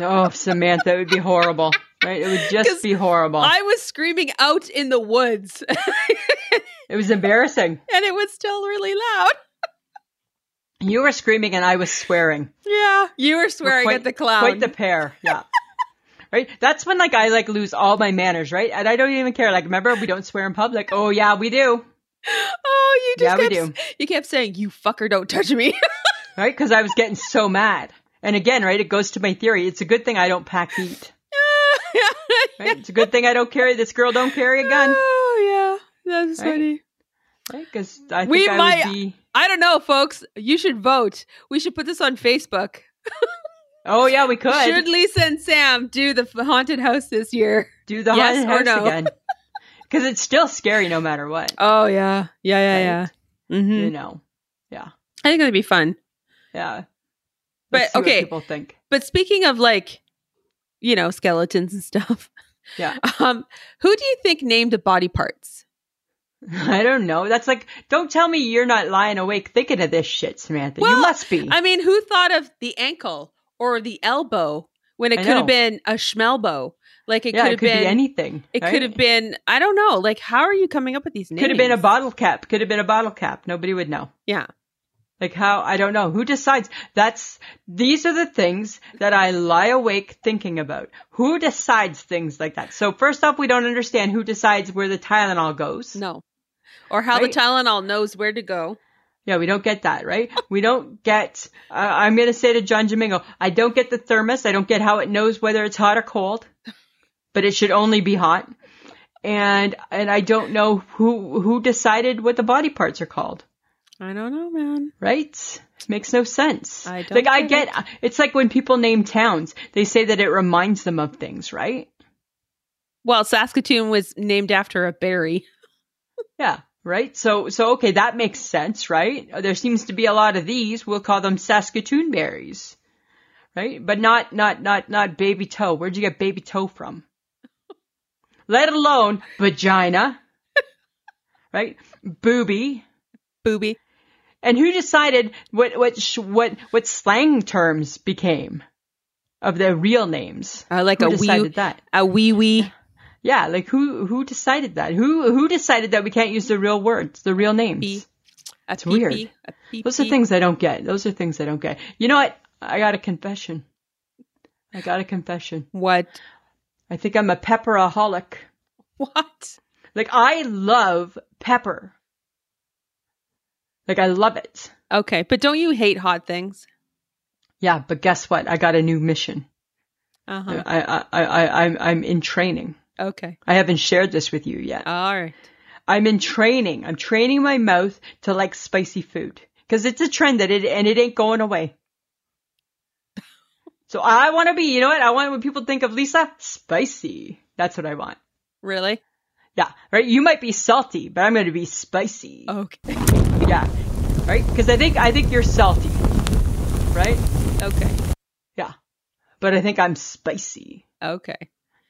Speaker 2: Oh, Samantha, it would be horrible. Right? It would
Speaker 1: 'Cause
Speaker 2: just be horrible.
Speaker 1: I was screaming out in the woods
Speaker 2: It was embarrassing.
Speaker 1: and it was still really loud.
Speaker 2: You were screaming and I was swearing.
Speaker 1: Yeah. You were swearing
Speaker 2: quite-
Speaker 1: at the clown.
Speaker 2: Quite the pair. Yeah. Right. That's when like I like lose all my manners, right? And I don't even care. Like, remember we don't swear in public. Oh yeah, we do.
Speaker 1: oh, you
Speaker 2: Yeah,
Speaker 1: just
Speaker 2: we
Speaker 1: kept,
Speaker 2: do.
Speaker 1: you kept saying, You fucker don't touch me.
Speaker 2: right? Because I was getting so mad. And again, right, it goes to my theory. It's a good thing I don't pack heat. Right? It's a good thing I don't carry this girl. Don't carry a gun.
Speaker 1: Oh yeah. That's
Speaker 2: Right?
Speaker 1: funny.
Speaker 2: Because I think
Speaker 1: We
Speaker 2: I
Speaker 1: might-
Speaker 2: would be.
Speaker 1: I don't know, folks. You should vote. We should put this on Facebook.
Speaker 2: Oh yeah, we could
Speaker 1: Should Lisa and Sam do the f- haunted house this year?
Speaker 2: do the
Speaker 1: Yes
Speaker 2: haunted
Speaker 1: or
Speaker 2: house
Speaker 1: no?
Speaker 2: again. Because it's still scary no matter what.
Speaker 1: Oh yeah, yeah, yeah,
Speaker 2: Right.
Speaker 1: yeah. hmm
Speaker 2: You know.
Speaker 1: I think that'd be fun.
Speaker 2: Yeah.
Speaker 1: But,
Speaker 2: Let's see what
Speaker 1: okay.
Speaker 2: people think.
Speaker 1: But speaking of like, you know, skeletons and stuff.
Speaker 2: Yeah.
Speaker 1: Um, who do you think named body parts?
Speaker 2: I don't know. That's like, don't tell me you're not lying awake thinking of this shit, Samantha.
Speaker 1: Well,
Speaker 2: you must be.
Speaker 1: I mean, who thought of the ankle or the elbow when it
Speaker 2: I
Speaker 1: could have
Speaker 2: know.
Speaker 1: been a schmelbo? Like it
Speaker 2: yeah,
Speaker 1: could
Speaker 2: it
Speaker 1: have
Speaker 2: could
Speaker 1: been
Speaker 2: be anything.
Speaker 1: It
Speaker 2: right?
Speaker 1: could have been. I don't know. Like, how are you coming up with these names?
Speaker 2: Could have been a bottle cap. Could have been a bottle cap. Nobody would know.
Speaker 1: Yeah.
Speaker 2: Like how I don't know who decides. That's these are the things that I lie awake thinking about. Who decides things like that? So first off, we don't understand who decides where the Tylenol goes.
Speaker 1: No. Or how
Speaker 2: Right?
Speaker 1: the Tylenol knows where to go.
Speaker 2: Yeah, we don't get that, right? we don't get. Uh, I'm gonna say to John Domingo, I don't get the thermos. I don't get how it knows whether it's hot or cold, but it should only be hot. And and I don't know who who decided what the body parts are called.
Speaker 1: I don't know, man.
Speaker 2: Right? Makes no sense.
Speaker 1: I don't
Speaker 2: like I
Speaker 1: get
Speaker 2: get it's like when people name towns, they say that it reminds them of things, right?
Speaker 1: Well, Saskatoon was named after a berry.
Speaker 2: Yeah, right? So so okay, that makes sense, right? There seems to be a lot of these. We'll call them Saskatoon berries. Right? But not not not not baby toe. Where'd you get baby toe from? Let alone vagina. right? Booby.
Speaker 1: Booby.
Speaker 2: And who decided what what sh- what what slang terms became of their real names?
Speaker 1: Uh, like
Speaker 2: who
Speaker 1: a
Speaker 2: decided
Speaker 1: wee,
Speaker 2: that?
Speaker 1: a wee wee.
Speaker 2: Yeah, like who who decided that? Who who decided that we can't use the real words, the real names?
Speaker 1: Pee. A
Speaker 2: It's weird.
Speaker 1: pee-pee, A pee
Speaker 2: Those are things I don't get. Those are things I don't get. You know what? I got a confession. I got a confession.
Speaker 1: What?
Speaker 2: I think I'm a pepperaholic.
Speaker 1: What?
Speaker 2: Like I love pepper. Like I love it.
Speaker 1: Okay, but don't you hate hot things?
Speaker 2: Yeah, but guess what? I got a new mission.
Speaker 1: Uh huh.
Speaker 2: I, I, I, I, I'm, I'm in training.
Speaker 1: Okay.
Speaker 2: I haven't shared this with you yet.
Speaker 1: All right.
Speaker 2: I'm in training. I'm training my mouth to like spicy food because it's a trend that it and it ain't going away. So I want to be, you know what? I want when people think of Lisa, spicy. That's what I want.
Speaker 1: Really?
Speaker 2: Yeah, right. You might be salty, but I'm going to be spicy.
Speaker 1: Okay.
Speaker 2: Yeah, right. Because I think I think you're salty, right?
Speaker 1: Okay.
Speaker 2: Yeah, but I think I'm spicy.
Speaker 1: Okay.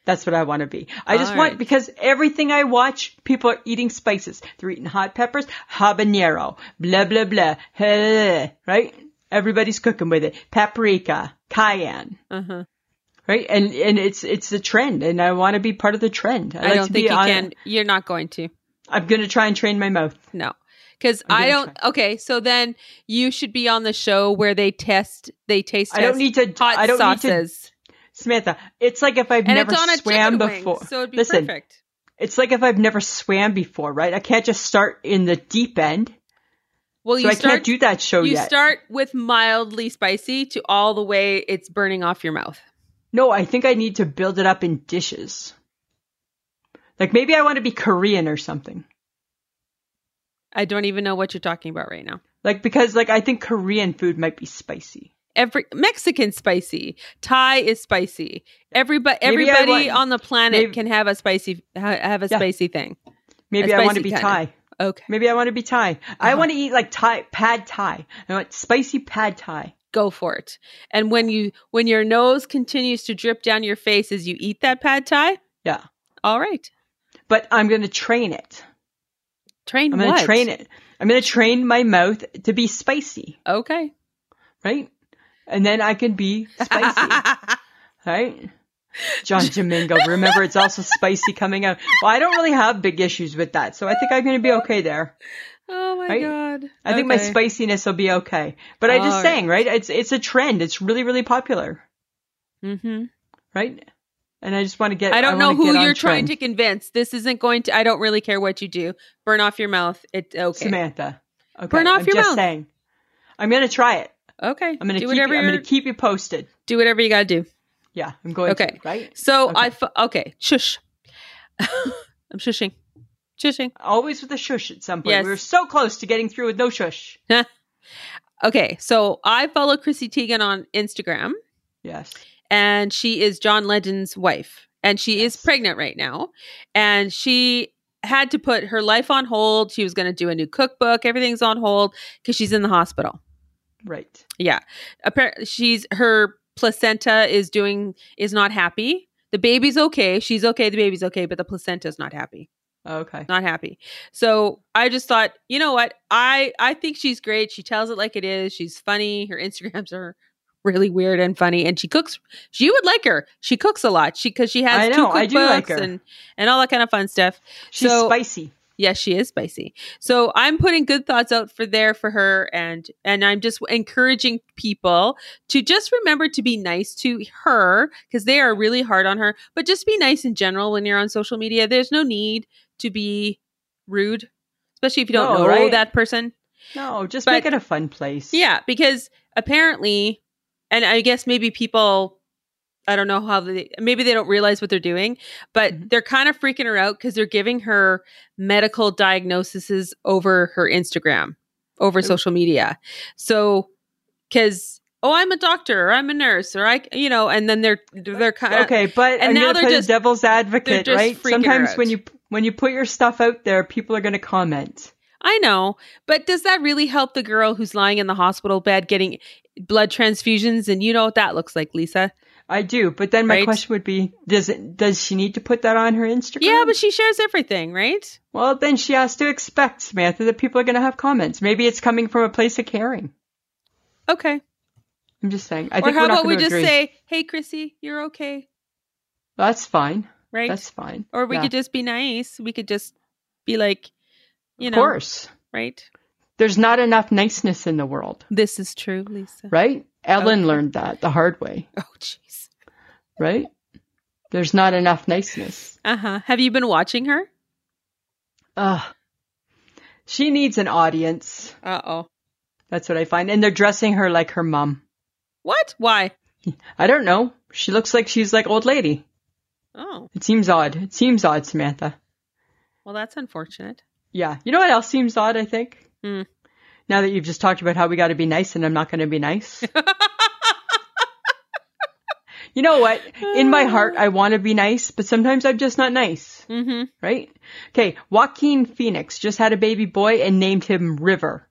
Speaker 2: That's what I want to be. I just
Speaker 1: All
Speaker 2: want
Speaker 1: right.
Speaker 2: because everything I watch, people are eating spices. They're eating hot peppers, habanero, blah blah blah, eh, right? Everybody's cooking with it. Paprika, cayenne,
Speaker 1: Uh huh.
Speaker 2: right? And and it's it's the trend, and I want to be part of the trend. I,
Speaker 1: I
Speaker 2: like
Speaker 1: don't
Speaker 2: to
Speaker 1: think
Speaker 2: be
Speaker 1: you
Speaker 2: on-
Speaker 1: can. You're not going to.
Speaker 2: I'm gonna try and train my mouth.
Speaker 1: No. Because
Speaker 2: I'm
Speaker 1: I
Speaker 2: gonna
Speaker 1: don't. Okay, so then you should be on the show where they test, they taste.
Speaker 2: I don't
Speaker 1: test
Speaker 2: need to-
Speaker 1: Hot
Speaker 2: I don't need to-
Speaker 1: sauces,
Speaker 2: Samantha, it's like if I've
Speaker 1: and
Speaker 2: never
Speaker 1: it's on a
Speaker 2: swam
Speaker 1: chicken wing,
Speaker 2: before.
Speaker 1: so it'd be
Speaker 2: Listen,
Speaker 1: perfect.
Speaker 2: it's like if I've never swam before, right? I can't just start in the deep end.
Speaker 1: Well,
Speaker 2: So
Speaker 1: you
Speaker 2: I
Speaker 1: start.
Speaker 2: can't do that show
Speaker 1: you
Speaker 2: yet.
Speaker 1: start with mildly spicy to all the way it's burning off your mouth.
Speaker 2: No, I think I need to build it up in dishes. Like maybe I want to be Korean or something.
Speaker 1: I don't even know what you're talking about right now.
Speaker 2: Like because like I think Korean food might be spicy.
Speaker 1: Every Mexican spicy, Thai is spicy. Everybody,
Speaker 2: Maybe I
Speaker 1: everybody
Speaker 2: want-
Speaker 1: on the planet
Speaker 2: maybe-
Speaker 1: can have a spicy, ha- have a
Speaker 2: Yeah.
Speaker 1: spicy thing.
Speaker 2: Maybe
Speaker 1: A
Speaker 2: I want to
Speaker 1: spicy
Speaker 2: be
Speaker 1: kinda. Uh-huh.
Speaker 2: Thai.
Speaker 1: Okay,
Speaker 2: Maybe I want to be Thai. I want to eat like Thai pad Thai. I want spicy pad Thai.
Speaker 1: go for it. And when you, when your nose continues to drip down your face as you eat that pad thai,
Speaker 2: Yeah.
Speaker 1: all right,
Speaker 2: But I'm going to train it.
Speaker 1: train.
Speaker 2: I'm going
Speaker 1: what?
Speaker 2: to train it. I'm going to train my mouth to be spicy,
Speaker 1: Okay.
Speaker 2: right? And then I can be spicy. right? John Domingo. Remember, it's also spicy coming out. Well, I don't really have big issues with that, so I think I'm going to be okay there.
Speaker 1: oh my
Speaker 2: Right?
Speaker 1: god.
Speaker 2: I think my
Speaker 1: Okay.
Speaker 2: spiciness will be okay. But I'm just
Speaker 1: All
Speaker 2: saying, right? It's it's a trend. It's really really popular,
Speaker 1: Mhm.
Speaker 2: right? And I just want to get.
Speaker 1: I don't know
Speaker 2: wanna
Speaker 1: who
Speaker 2: get on
Speaker 1: you're trying
Speaker 2: trend.
Speaker 1: to convince. This isn't going to. I don't really care what you do. Burn off your mouth. It okay.
Speaker 2: Samantha. Okay,
Speaker 1: Burn off
Speaker 2: I'm
Speaker 1: your
Speaker 2: just
Speaker 1: mouth.
Speaker 2: saying. I'm going to try it.
Speaker 1: Okay.
Speaker 2: I'm going
Speaker 1: do
Speaker 2: to keep.
Speaker 1: whatever
Speaker 2: you, I'm
Speaker 1: you're-
Speaker 2: going to keep you posted.
Speaker 1: do whatever you gotta do.
Speaker 2: Yeah, I'm going to.
Speaker 1: Okay.
Speaker 2: Right.
Speaker 1: So
Speaker 2: Okay.
Speaker 1: I f- okay. Shush. I'm shushing. Shushing.
Speaker 2: Always with a shush at some point.
Speaker 1: Yes.
Speaker 2: We were so close to getting through with no shush.
Speaker 1: Okay. So I follow Chrissy Teigen on Instagram,
Speaker 2: Yes.
Speaker 1: and she is John Legend's wife, and she is
Speaker 2: Yes.
Speaker 1: pregnant right now, and she had to put her life on hold. She was going to do a new cookbook. Everything's on hold because she's in the hospital.
Speaker 2: Right.
Speaker 1: Yeah. Appar- she's her placenta is doing is not happy. The baby's okay. She's okay. The baby's okay, but the placenta's not happy.
Speaker 2: Okay.
Speaker 1: Not happy. So I just thought, you know what? I I think she's great. She tells it like it is. She's funny. Her Instagrams are really weird and funny, and she cooks. You would like her. She cooks a lot. She because she has
Speaker 2: I
Speaker 1: two
Speaker 2: know,
Speaker 1: cookbooks
Speaker 2: I do like her.
Speaker 1: and and all that kind of fun stuff.
Speaker 2: She's
Speaker 1: So-
Speaker 2: spicy.
Speaker 1: Yes, she is spicy. So I'm putting good thoughts out for there for her and and I'm just encouraging people to just remember to be nice to her because they are really hard on her, but just be nice in general when you're on social media. There's no need to be rude, especially if you don't
Speaker 2: No,
Speaker 1: know
Speaker 2: right?
Speaker 1: that person.
Speaker 2: No, just
Speaker 1: But-
Speaker 2: make it a fun place.
Speaker 1: Yeah, because apparently and I guess maybe people I don't know how they maybe they don't realize what they're doing, but
Speaker 2: Mhm.
Speaker 1: they're kind of freaking her out because they're giving her medical diagnoses over her Instagram, over
Speaker 2: Mm.
Speaker 1: social media. So because oh, I'm a doctor, or I'm a nurse, or I you know, and then they're they're kind of
Speaker 2: Okay, but
Speaker 1: And
Speaker 2: I'm
Speaker 1: now
Speaker 2: gonna
Speaker 1: they're
Speaker 2: play
Speaker 1: just-
Speaker 2: the devil's advocate,
Speaker 1: just
Speaker 2: right?
Speaker 1: freaking her
Speaker 2: Sometimes
Speaker 1: out.
Speaker 2: when you when you put your stuff out there, people are gonna comment.
Speaker 1: I know, but does that really help the girl who's lying in the hospital bed getting blood transfusions? And you know what that looks like, Lisa.
Speaker 2: I do, but then my
Speaker 1: Right.
Speaker 2: question would be: Does it, does she need to put that on her Instagram?
Speaker 1: Yeah, but she shares everything, right?
Speaker 2: well, then she has to expect Samantha that people are gonna have comments. Maybe it's coming from a place of caring.
Speaker 1: Okay.
Speaker 2: I'm just saying. I
Speaker 1: or
Speaker 2: think
Speaker 1: how
Speaker 2: we're not
Speaker 1: about we
Speaker 2: gonna
Speaker 1: just
Speaker 2: agree.
Speaker 1: say, "Hey, Chrissy, you're okay,"
Speaker 2: that's fine.
Speaker 1: right?
Speaker 2: That's fine.
Speaker 1: or we
Speaker 2: Yeah.
Speaker 1: could just be nice. We could just be like, you
Speaker 2: of
Speaker 1: know,
Speaker 2: course,
Speaker 1: right?
Speaker 2: there's not enough niceness in the world,
Speaker 1: This is true, Lisa. Oh,
Speaker 2: right? Ellen
Speaker 1: Okay.
Speaker 2: learned that the hard way,
Speaker 1: Oh, jeez.
Speaker 2: right? There's not enough niceness.
Speaker 1: Uh huh. Have you been watching her?
Speaker 2: Ugh. She needs an audience.
Speaker 1: Uh oh.
Speaker 2: That's what I find. And they're dressing her like her mom.
Speaker 1: What? Why?
Speaker 2: I don't know. She looks like she's like old lady.
Speaker 1: Oh,
Speaker 2: It seems odd. It seems odd, Samantha.
Speaker 1: well, that's unfortunate.
Speaker 2: Yeah. You know what else seems odd, I think?
Speaker 1: Hmm.
Speaker 2: Now that you've just talked about how we got to be nice and I'm not going to be nice. you know what? In my heart, I want to be nice, but sometimes I'm just not nice,
Speaker 1: Mm-hmm.
Speaker 2: right? Okay. Joaquin Phoenix just had a baby boy and named him River.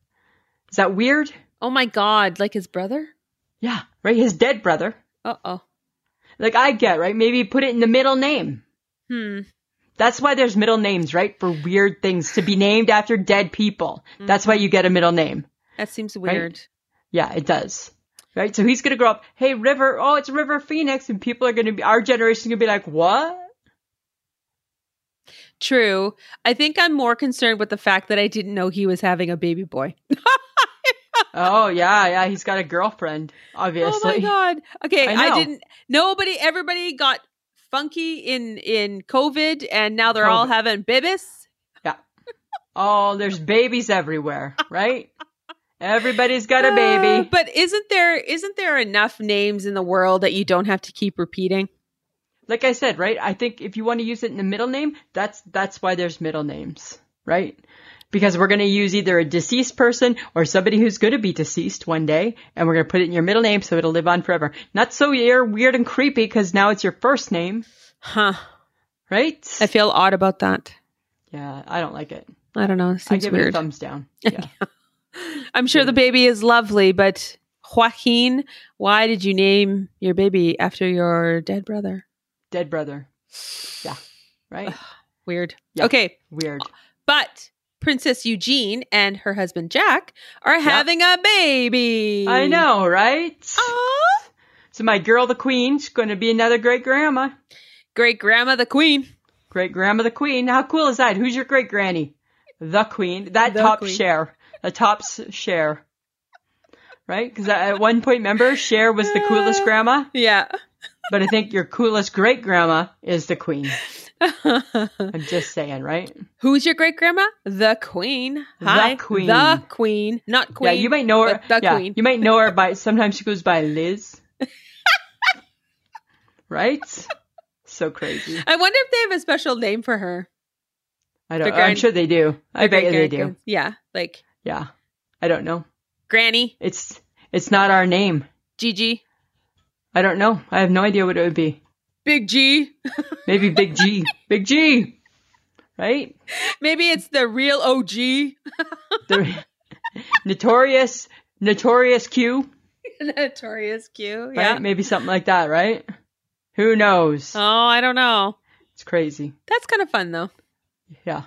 Speaker 2: Is that weird?
Speaker 1: Oh my God! Like his brother?
Speaker 2: Yeah. Right? His dead brother.
Speaker 1: Uh oh.
Speaker 2: Like I get, right? Maybe put it in the middle name.
Speaker 1: Hmm.
Speaker 2: That's why there's middle names, right? For weird things to be named after dead people. That's why you get a middle name.
Speaker 1: That seems weird.
Speaker 2: Yeah, it does. Right? So he's going to grow up, hey, River, oh, it's River Phoenix. And people are going to be, our generation's going to be like, what?
Speaker 1: True. I think I'm more concerned with the fact that I didn't know he was having a baby boy.
Speaker 2: oh, yeah, yeah, he's got a girlfriend,
Speaker 1: Oh my
Speaker 2: obviously.
Speaker 1: god. Okay,
Speaker 2: I
Speaker 1: I,
Speaker 2: know.
Speaker 1: didn't nobody everybody got funky in in COVID and now they're all
Speaker 2: COVID.
Speaker 1: having bibis.
Speaker 2: oh, there's babies everywhere, right? Everybody's got a baby.
Speaker 1: Uh, but isn't there isn't there enough names in the world that you don't have to keep repeating?
Speaker 2: like I said, right? I think if you want to use it in the middle name, that's that's why there's middle names, right? Because we're going to use either a deceased person or somebody who's going to be deceased one day, and we're going to put it in your middle name so it'll live on forever. Not so you're weird and creepy because now it's your first name,
Speaker 1: Huh.
Speaker 2: right?
Speaker 1: I feel odd about that.
Speaker 2: yeah, I don't like it.
Speaker 1: I don't know. It
Speaker 2: I
Speaker 1: seems
Speaker 2: give it a
Speaker 1: weird.
Speaker 2: thumbs down. Yeah.
Speaker 1: I'm sure the baby is lovely, but Joaquin, why did you name your baby after your dead brother?
Speaker 2: Dead brother. Yeah. Right?
Speaker 1: Weird.
Speaker 2: Yeah.
Speaker 1: Okay.
Speaker 2: Weird.
Speaker 1: But Princess Eugene and her husband Jack are having a baby.
Speaker 2: I know, right?
Speaker 1: Aw.
Speaker 2: So my girl, the queen's going to be another great grandma.
Speaker 1: Great grandma the queen.
Speaker 2: Great grandma the queen. How cool is that? Who's your great granny? The queen. That
Speaker 1: The
Speaker 2: top
Speaker 1: queen.
Speaker 2: share. The top s- share. Right? Because at one point, remember, Cher was the coolest grandma,
Speaker 1: Yeah.
Speaker 2: but I think your coolest great grandma is the queen. I'm just saying, right?
Speaker 1: Who's your great grandma? The queen. Hi.
Speaker 2: queen.
Speaker 1: The queen. Not queen.
Speaker 2: Yeah, you might know her.
Speaker 1: The, the
Speaker 2: yeah,
Speaker 1: queen.
Speaker 2: you might know her by. Sometimes she goes by Liz. right? So crazy.
Speaker 1: I wonder if they have a special name for her.
Speaker 2: I don't.
Speaker 1: The grand-
Speaker 2: I'm sure they do. I bet you they
Speaker 1: Great-
Speaker 2: do.
Speaker 1: Yeah. Like
Speaker 2: Yeah. I don't know.
Speaker 1: Granny,
Speaker 2: It's it's not our name.
Speaker 1: Gigi,
Speaker 2: I don't know. I have no idea what it would be.
Speaker 1: Big G.
Speaker 2: Maybe Big G. Big G. Right?
Speaker 1: Maybe it's the real OG.
Speaker 2: The notorious notorious Q.
Speaker 1: Notorious Q.
Speaker 2: Right?
Speaker 1: Yeah.
Speaker 2: Maybe something like that, right? Who knows?
Speaker 1: Oh, I don't know.
Speaker 2: It's crazy.
Speaker 1: That's kind of fun though.
Speaker 2: Yeah.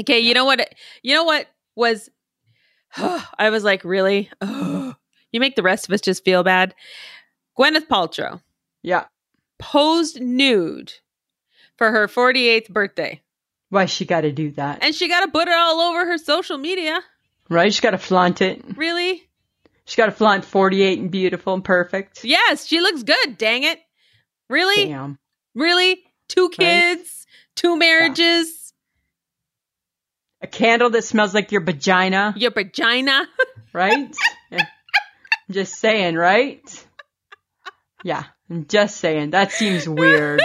Speaker 1: Okay, you know what? You know what was? I was like, really? you make the rest of us just feel bad. Gwyneth Paltrow
Speaker 2: Yeah.
Speaker 1: posed nude for her 48th birthday,
Speaker 2: Why she gotta do that?
Speaker 1: and she got to put it all over her social media.
Speaker 2: Right? She gotta flaunt it.
Speaker 1: Really?
Speaker 2: She gotta flaunt forty eight and beautiful and perfect.
Speaker 1: Yes, she looks good. Dang it! Really?
Speaker 2: Damn.
Speaker 1: Really? Two
Speaker 2: Right?
Speaker 1: kids, two marriages,
Speaker 2: A candle that smells like your vagina,
Speaker 1: your vagina.
Speaker 2: right? Yeah. I'm just saying, right? Yeah. I'm just saying. That seems weird.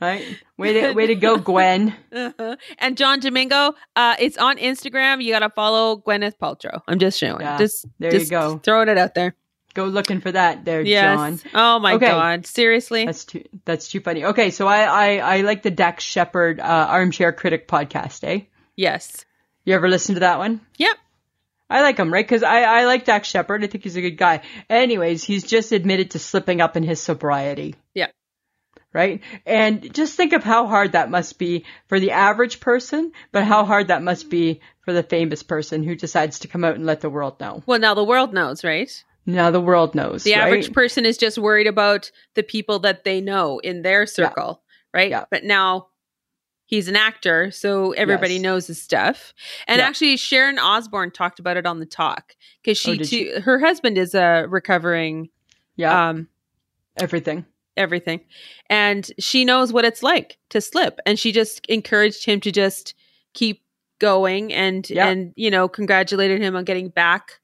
Speaker 2: Right? Way to way to go, Gwen.
Speaker 1: Uh-huh. And John Domingo, uh, it's on Instagram. You gotta follow Gwyneth Paltrow. I'm just showing.
Speaker 2: Yeah,
Speaker 1: just
Speaker 2: there you
Speaker 1: just
Speaker 2: go.
Speaker 1: Throwing it out there.
Speaker 2: Go looking for that there,
Speaker 1: Yes.
Speaker 2: John.
Speaker 1: Oh my
Speaker 2: Okay.
Speaker 1: god. Seriously.
Speaker 2: That's too that's too funny. Okay, so I I, I like the Dax Shepard uh, Armchair Critic podcast, eh?
Speaker 1: yes.
Speaker 2: You ever listen to that one?
Speaker 1: Yep.
Speaker 2: I like him, right? Because I, I like Dax Shepard. I think he's a good guy. Anyways, he's just admitted to slipping up in his sobriety.
Speaker 1: Yeah.
Speaker 2: Right? And just think of how hard that must be for the average person, but how hard that must be for the famous person who decides to come out and let the world know.
Speaker 1: Well, now the world knows, right?
Speaker 2: Now the world knows.
Speaker 1: The
Speaker 2: right?
Speaker 1: average person is just worried about the people that they know in their circle, right?
Speaker 2: Yeah.
Speaker 1: But now he's an actor, so everybody
Speaker 2: Yes.
Speaker 1: knows his stuff. And
Speaker 2: Yeah.
Speaker 1: actually, Sharon Osbourne talked about it on the talk because she
Speaker 2: Oh,
Speaker 1: too.
Speaker 2: did she?
Speaker 1: Her husband is a recovering.
Speaker 2: Yeah.
Speaker 1: Um,
Speaker 2: everything.
Speaker 1: everything. And she knows what it's like to slip. And she just encouraged him to just keep going and
Speaker 2: Yeah.
Speaker 1: and you know, congratulated him on getting back,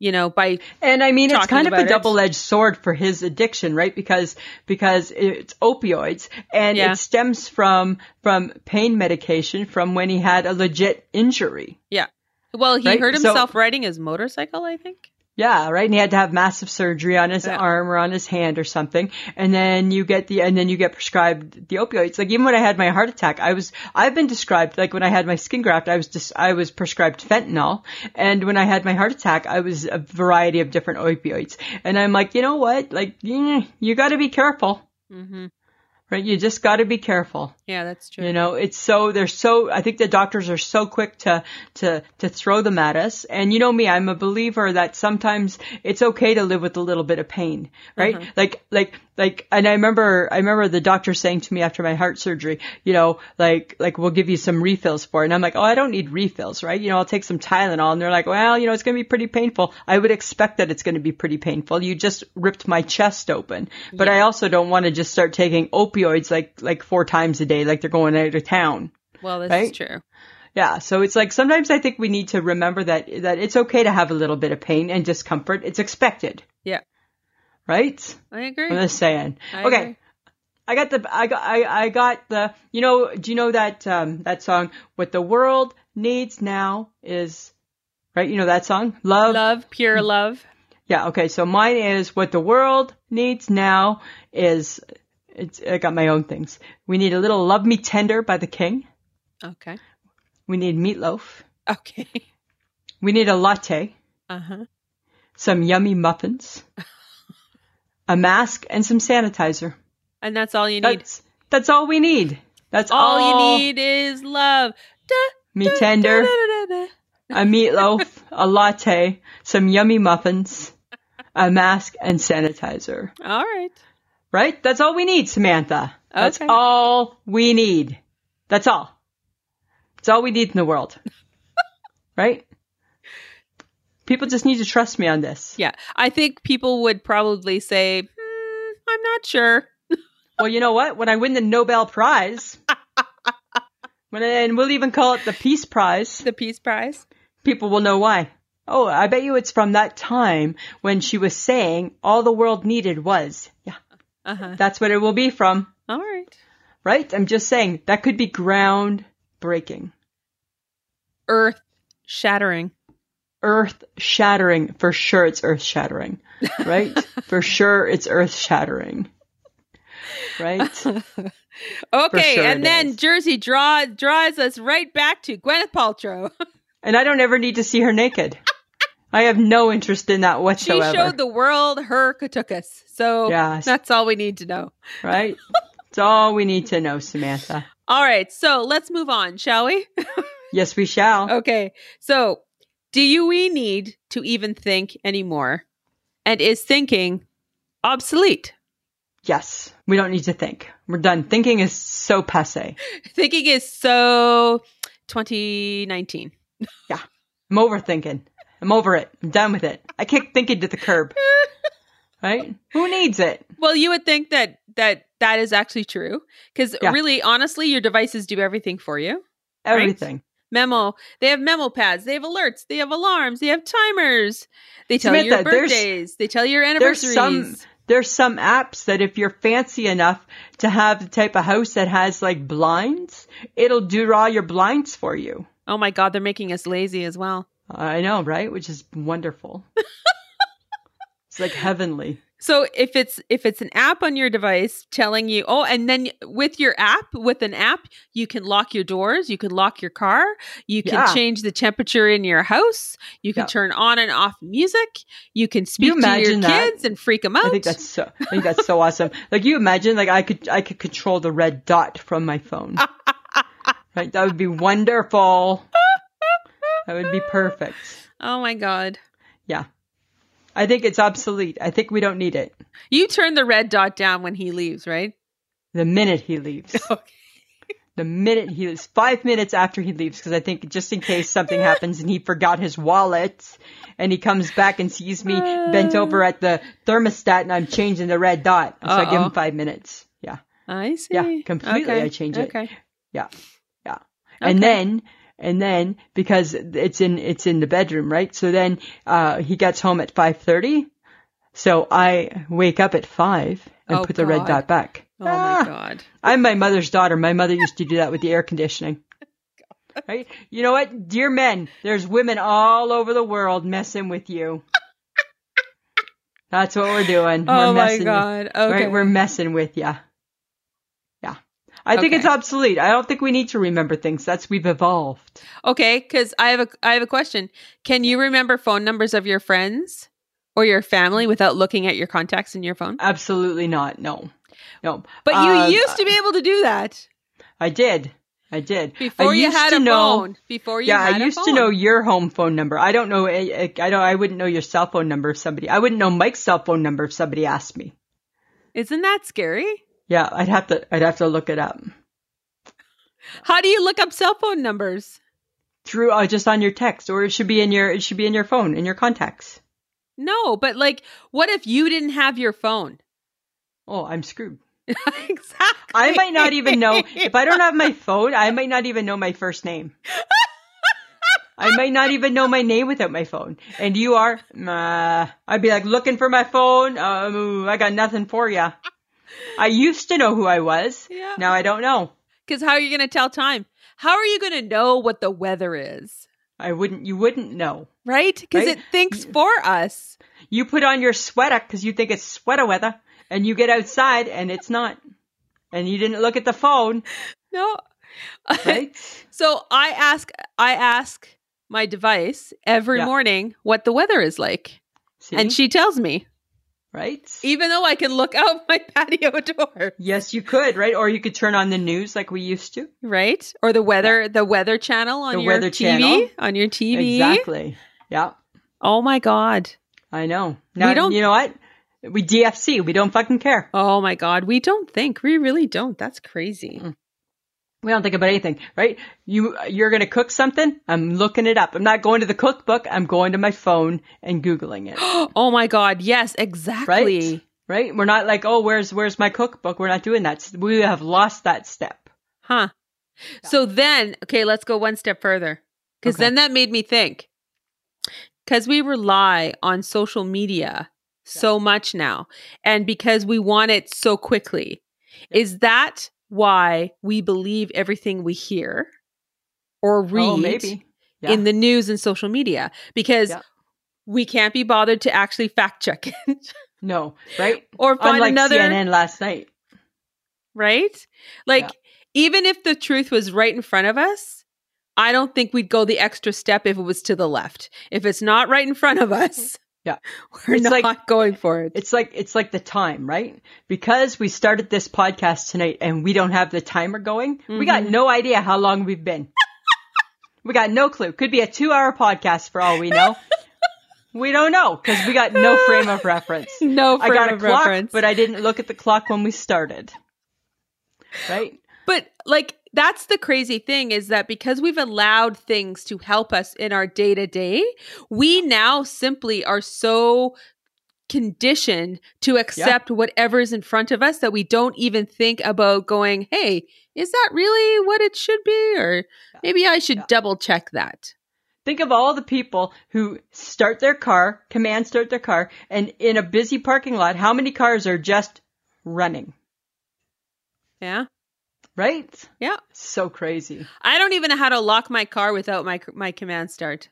Speaker 1: you know, by
Speaker 2: And I mean, it's
Speaker 1: talking
Speaker 2: kind of
Speaker 1: about
Speaker 2: a
Speaker 1: it.
Speaker 2: double-edged sword for his addiction, right? Because, because it's opioids and
Speaker 1: Yeah.
Speaker 2: it stems from, from pain medication from when he had a legit injury.
Speaker 1: well, he
Speaker 2: Right?
Speaker 1: hurt
Speaker 2: So-
Speaker 1: himself riding his motorcycle, I think.
Speaker 2: Yeah, right. And he had to have massive surgery on his
Speaker 1: Yeah.
Speaker 2: arm or on his hand or something. And then you get the, and then you get prescribed the opioids. Like even when I had my heart attack, I was, I've been described, like when I had my skin graft, I was just, I was prescribed fentanyl. And when I had my heart attack, I was a variety of different opioids. And I'm like, you know what? Like, eh, you gotta be careful,
Speaker 1: hmm
Speaker 2: right? You just gotta be careful.
Speaker 1: Yeah, that's true.
Speaker 2: You know, it's so they're so. I think the doctors are so quick to to to throw them at us. And you know me, I'm a believer that sometimes it's okay to live with a little bit of pain, right? Like like like. And I remember I remember the doctor saying to me after my heart surgery, you know, like like we'll give you some refills for it. And I'm like, oh, I don't need refills, right? You know, I'll take some Tylenol. And they're like, well, you know, it's going to be pretty painful. I would expect that it's going to be pretty painful. You just ripped my chest open, but I also don't want to just start taking opioids like like four times a day, like they're going out of town.
Speaker 1: well, this is
Speaker 2: right?
Speaker 1: true.
Speaker 2: Yeah, so it's like sometimes I think we need to remember that that it's okay to have a little bit of pain and discomfort. It's expected,
Speaker 1: Yeah,
Speaker 2: right?
Speaker 1: I agree.
Speaker 2: I'm just saying.
Speaker 1: I
Speaker 2: okay.
Speaker 1: agree.
Speaker 2: I got the I got I, I got the you know do you know that um that song what the world needs now is right you know that song love
Speaker 1: Love,
Speaker 2: Mm-hmm.
Speaker 1: pure love.
Speaker 2: yeah, okay. So mine is what the world needs now is it's I got my own things. We need a little Love Me Tender by the King.
Speaker 1: Okay.
Speaker 2: We need meatloaf.
Speaker 1: Okay.
Speaker 2: We need a latte,
Speaker 1: Uh huh.
Speaker 2: some yummy muffins, a mask and some sanitizer.
Speaker 1: And that's all you need.
Speaker 2: That's that's all we need. That's
Speaker 1: all you need is love. Da,
Speaker 2: Me
Speaker 1: da,
Speaker 2: tender,
Speaker 1: da, da, da, da.
Speaker 2: a meatloaf, a latte, some yummy muffins, a mask and sanitizer.
Speaker 1: All right.
Speaker 2: Right? That's all we need, Samantha. That's
Speaker 1: Okay.
Speaker 2: all we need. That's all. It's all we need in the world. right? People just need to trust me on this.
Speaker 1: Yeah. I think people would probably say, hmm, I'm not sure.
Speaker 2: Well, you know what? When I win the Nobel Prize, when I, and we'll even call it the Peace Prize,
Speaker 1: The Peace Prize.
Speaker 2: people will know why. Oh, I bet you it's from that time when she was saying all the world needed was. Yeah,
Speaker 1: Uh huh.
Speaker 2: that's what it will be from.
Speaker 1: All right.
Speaker 2: Right? I'm just saying that could be ground breaking.
Speaker 1: Earth shattering.
Speaker 2: earth shattering. For sure, it's earth shattering, right? For sure, it's earth shattering, right?
Speaker 1: Okay,
Speaker 2: sure
Speaker 1: and
Speaker 2: it
Speaker 1: then
Speaker 2: is.
Speaker 1: Jersey draw, draws us right back to Gwyneth Paltrow.
Speaker 2: And I don't ever need to see her naked. I have no interest in that
Speaker 1: she
Speaker 2: whatsoever,
Speaker 1: showed the world her Katukas. So
Speaker 2: Yes.
Speaker 1: that's all we need to know.
Speaker 2: right? It's all we need to know, Samantha.
Speaker 1: All right, so let's move on, shall we?
Speaker 2: Yes, we shall.
Speaker 1: Okay. So, do you we need to even think anymore? And is thinking obsolete?
Speaker 2: Yes, we don't need to think. We're done. Thinking is so passe.
Speaker 1: Thinking is so 2019.
Speaker 2: I'm overthinking. I'm over it. I'm done with it. I kick thinking to the curb. Right? Who needs it?
Speaker 1: Well, you would think that that that is actually true cuz
Speaker 2: Yeah.
Speaker 1: really honestly your devices do everything for you. Right.
Speaker 2: Everything.
Speaker 1: Memo. They have memo pads, they have alerts, they have alarms, they have timers. They tell you your
Speaker 2: Samantha, there's-
Speaker 1: birthdays, they tell you your
Speaker 2: there's some
Speaker 1: anniversaries.
Speaker 2: there's some apps that if you're fancy enough to have the type of house that has like blinds, it'll do all your blinds for you.
Speaker 1: Oh my god, they're making us lazy as well.
Speaker 2: I know, right? Which is wonderful. it's like heavenly.
Speaker 1: So if it's if it's an app on your device telling you, oh, and then with your app, with an app, you can lock your doors, you can lock your car, you can
Speaker 2: Yeah.
Speaker 1: change the temperature in your house, you can
Speaker 2: Yeah.
Speaker 1: turn on and off music, you can speak to your
Speaker 2: imagine that?
Speaker 1: kids and freak them out.
Speaker 2: I think that's so I think that's so awesome. Like you imagine like I could I could control the red dot from my phone. right? That would be wonderful. That would be perfect.
Speaker 1: oh my god.
Speaker 2: Yeah. I think it's obsolete. I think we don't need it.
Speaker 1: You turn the red dot down when he leaves, right?
Speaker 2: The minute he leaves.
Speaker 1: Okay.
Speaker 2: the minute he leaves, five minutes after he leaves, because I think just in case something happens and he forgot his wallet and he comes back and sees me bent over at the thermostat and I'm changing the red dot. So I give
Speaker 1: Uh-oh.
Speaker 2: him five minutes. Yeah.
Speaker 1: I see.
Speaker 2: Yeah, completely,
Speaker 1: Okay.
Speaker 2: I change it.
Speaker 1: Okay.
Speaker 2: Yeah. Yeah. And
Speaker 1: Okay.
Speaker 2: then and then because it's in it's in the bedroom, right? So then uh he gets home at 5:30. So I wake up at 5 and
Speaker 1: Oh,
Speaker 2: put the red
Speaker 1: God.
Speaker 2: dot back.
Speaker 1: Oh
Speaker 2: Ah,
Speaker 1: my god.
Speaker 2: I'm my mother's daughter. My mother used to do that with the air conditioning. Right? You know what? Dear men, there's women all over the world messing with you. That's what we're doing.
Speaker 1: Oh
Speaker 2: we're
Speaker 1: my
Speaker 2: messing
Speaker 1: god. Okay.
Speaker 2: Right, we're messing with ya. Yeah. I think it's
Speaker 1: Okay.
Speaker 2: obsolete. I don't think we need to remember things. That's we've evolved.
Speaker 1: Okay, because I have a I have a question. Can you remember phone numbers of your friends or your family without looking at your contacts in your phone?
Speaker 2: Absolutely not. No. No.
Speaker 1: But you
Speaker 2: Uh,
Speaker 1: used to be able to do that
Speaker 2: I did. I did.
Speaker 1: before
Speaker 2: I
Speaker 1: you
Speaker 2: used
Speaker 1: had
Speaker 2: to
Speaker 1: a
Speaker 2: know,
Speaker 1: phone. Before you
Speaker 2: Yeah,
Speaker 1: had
Speaker 2: I
Speaker 1: a
Speaker 2: used to
Speaker 1: phone.
Speaker 2: know your home phone number. I don't know. I, I I don't. I wouldn't know your cell phone number if somebody. I wouldn't know Mike's cell phone number if somebody asked me.
Speaker 1: Isn't that scary?
Speaker 2: Yeah, I'd have to. I'd have to look it up
Speaker 1: How do you look up cell phone numbers?
Speaker 2: through uh, just on your text, or it should be in your. It should be in your phone in your contacts.
Speaker 1: No, but like, what if you didn't have your phone?
Speaker 2: Oh, I'm screwed.
Speaker 1: exactly.
Speaker 2: I might not even know if I don't have my phone. I might not even know my first name. I might not even know my name without my phone. And you are, uh, I'd be like looking for my phone. Um, ooh, I got nothing for ya. I used to know who I was.
Speaker 1: Yeah.
Speaker 2: Now I don't know.
Speaker 1: Because how are you going to tell time? How are you going to know what the weather is?
Speaker 2: I wouldn't. You wouldn't know.
Speaker 1: Right? Because
Speaker 2: Right?
Speaker 1: it thinks for us.
Speaker 2: You put on your sweater because you think it's sweater weather, and you get outside and it's not. And you didn't look at the phone,
Speaker 1: No.
Speaker 2: right?
Speaker 1: so I ask, I ask my device every
Speaker 2: Yeah.
Speaker 1: morning what the weather is like,
Speaker 2: See?
Speaker 1: and she tells me,
Speaker 2: right?
Speaker 1: even though I can look out my patio door,
Speaker 2: Yes, you could, right? Or you could turn on the news like we used to.
Speaker 1: right? Or the weather, the weather channel on
Speaker 2: The
Speaker 1: your
Speaker 2: weather
Speaker 1: TV,
Speaker 2: channel.
Speaker 1: on your TV.
Speaker 2: Exactly. Yeah,
Speaker 1: Oh my god.
Speaker 2: I know. Now,
Speaker 1: We don't-
Speaker 2: you know what? We DFC. We don't fucking care.
Speaker 1: Oh my god. We don't think. We really don't. That's crazy.
Speaker 2: We don't think about anything, right? You you're gonna cook something. I'm looking it up. I'm not going to the cookbook. I'm going to my phone and googling it.
Speaker 1: oh my god. Yes, exactly.
Speaker 2: Right? Right? We're not like, oh, where's where's my cookbook? We're not doing that. We have lost that step.
Speaker 1: Huh. So then, okay, let's go one step further. Because
Speaker 2: Okay.
Speaker 1: then that made me think. Because we rely on social media so much now, and because we want it so quickly, is that why we believe everything we hear or read
Speaker 2: Oh, maybe. Yeah.
Speaker 1: in the news and social media? Because
Speaker 2: Yeah.
Speaker 1: we can't be bothered to actually fact check it
Speaker 2: no, right?
Speaker 1: or find
Speaker 2: Unlike
Speaker 1: another
Speaker 2: CNN last night.
Speaker 1: right? Like,
Speaker 2: Yeah.
Speaker 1: even if the truth was right in front of us, I don't think we'd go the extra step if it was to the left. If it's not right in front of us,
Speaker 2: Yeah.
Speaker 1: we're
Speaker 2: It's
Speaker 1: not
Speaker 2: like-
Speaker 1: going for it.
Speaker 2: It's like it's like the time, right? Because we started this podcast tonight and we don't have the timer going, we got
Speaker 1: Mm-hmm.
Speaker 2: no idea how long we've been. we got no clue. Could be a two-hour podcast for all we know. we don't know because we got no frame of reference.
Speaker 1: No
Speaker 2: I
Speaker 1: frame
Speaker 2: got a
Speaker 1: of
Speaker 2: clock,
Speaker 1: reference,
Speaker 2: but I didn't look at the clock when we started. Right?
Speaker 1: But like that's the crazy thing is that because we've allowed things to help us in our day to day, we now simply are so conditioned to accept whatever is in front of us that we don't even think about going, hey, is that really what it should be? Or maybe I should
Speaker 2: Yeah.
Speaker 1: double check that.
Speaker 2: Think of all the people who start their car, command start their car, and in a busy parking lot, how many cars are just running?
Speaker 1: Yeah.
Speaker 2: Right?
Speaker 1: Yeah.
Speaker 2: So crazy.
Speaker 1: I don't even know how to lock my car without my my command start.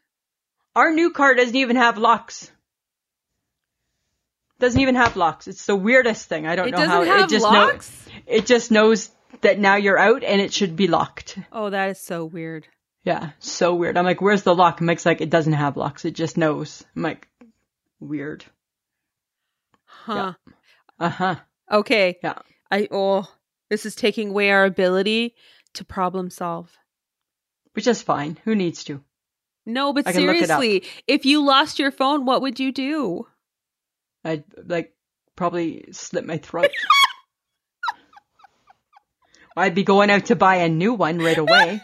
Speaker 2: Our new car doesn't even have locks. Doesn't even have locks. It's the weirdest thing. I don't
Speaker 1: It
Speaker 2: know how
Speaker 1: doesn't have
Speaker 2: it just know-
Speaker 1: locks.
Speaker 2: it just knows that now you're out and it should be locked.
Speaker 1: Oh, that is so weird.
Speaker 2: Yeah, so weird. I'm like, where's the lock? And Mike's like, it doesn't have locks. It just knows. I'm like, weird.
Speaker 1: Huh.
Speaker 2: Uh huh.
Speaker 1: Okay.
Speaker 2: Yeah.
Speaker 1: I oh, this is taking away our ability to problem solve.
Speaker 2: Which is fine. Who needs to?
Speaker 1: No, but
Speaker 2: I can look it up.
Speaker 1: seriously, if you lost your phone, what would you do?
Speaker 2: I'd like probably slit my throat. I'd be going out to buy a new one right away.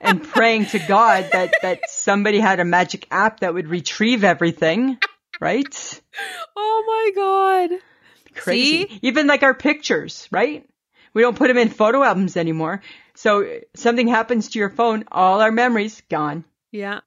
Speaker 2: and praying to God that, that somebody had a magic app that would retrieve everything, right?
Speaker 1: Oh my god.
Speaker 2: Crazy. Even like our pictures, right? We don't put them in photo albums anymore. So something happens to your phone, all our memories gone.
Speaker 1: Yeah.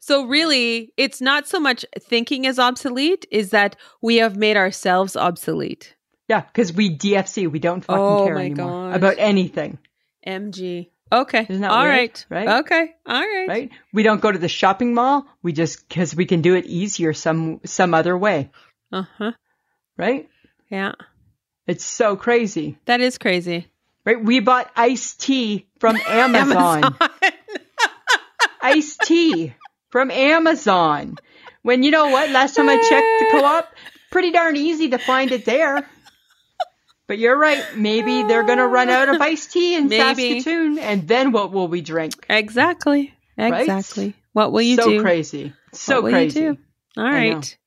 Speaker 1: So really, it's not so much thinking is obsolete, is that we have made ourselves obsolete.
Speaker 2: Yeah, because we DFC, we don't fucking
Speaker 1: Oh
Speaker 2: care
Speaker 1: my
Speaker 2: anymore
Speaker 1: gosh.
Speaker 2: about anything,
Speaker 1: MG. Okay.
Speaker 2: Isn't that
Speaker 1: All
Speaker 2: weird?
Speaker 1: right.
Speaker 2: Right?
Speaker 1: Okay. All right.
Speaker 2: right? We don't go to the shopping mall. We just because we can do it easier some some other way,
Speaker 1: Uh-huh.
Speaker 2: right?
Speaker 1: Yeah.
Speaker 2: It's so crazy,
Speaker 1: That is crazy.
Speaker 2: right? We bought iced tea from Amazon. iced tea from Amazon. When you know what? Last time I checked the co-op, pretty darn easy to find it there. But you're right. Maybe they're gonna run out of iced tea in
Speaker 1: Maybe.
Speaker 2: Saskatoon, and then what will we drink?
Speaker 1: exactly.
Speaker 2: Right?
Speaker 1: Exactly. What will you
Speaker 2: so
Speaker 1: do?
Speaker 2: crazy. So
Speaker 1: What will you
Speaker 2: crazy.
Speaker 1: do? All
Speaker 2: I know.
Speaker 1: right.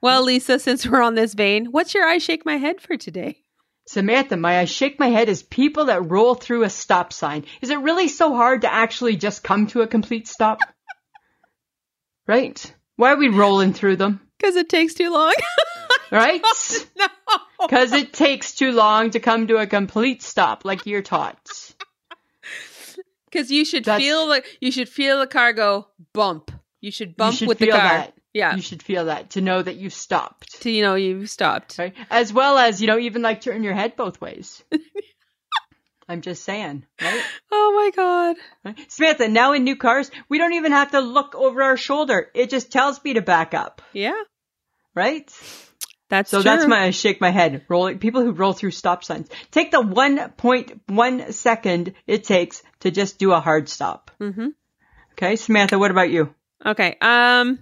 Speaker 1: Well, Lisa, since we're on this vein, what's your I shake my head for today?
Speaker 2: Samantha, my I shake my head is people that roll through a stop sign. Is it really so hard to actually just come to a complete stop? right? Why are we rolling through them?
Speaker 1: Because it takes too long.
Speaker 2: Right?
Speaker 1: no.
Speaker 2: Because it takes too long to come to a complete stop, like you're taught.
Speaker 1: Because you should
Speaker 2: That's-
Speaker 1: feel the you should feel the car go bump. You should bump
Speaker 2: should
Speaker 1: with the
Speaker 2: feel
Speaker 1: car.
Speaker 2: that.
Speaker 1: Yeah.
Speaker 2: You should feel that to know that you stopped.
Speaker 1: to you know you stopped.
Speaker 2: Right? As well as, you know, even like turn your head both ways. I'm just saying, right?
Speaker 1: Oh my god.
Speaker 2: Samantha, now in new cars, we don't even have to look over our shoulder. It just tells me to back up,
Speaker 1: Yeah.
Speaker 2: right?
Speaker 1: That's
Speaker 2: So
Speaker 1: true.
Speaker 2: that's my I shake my head. Rolling people who roll through stop signs. Take the 1.1 second it takes to just do a hard stop.
Speaker 1: Mhm.
Speaker 2: Okay, Samantha, what about you?
Speaker 1: Okay. Um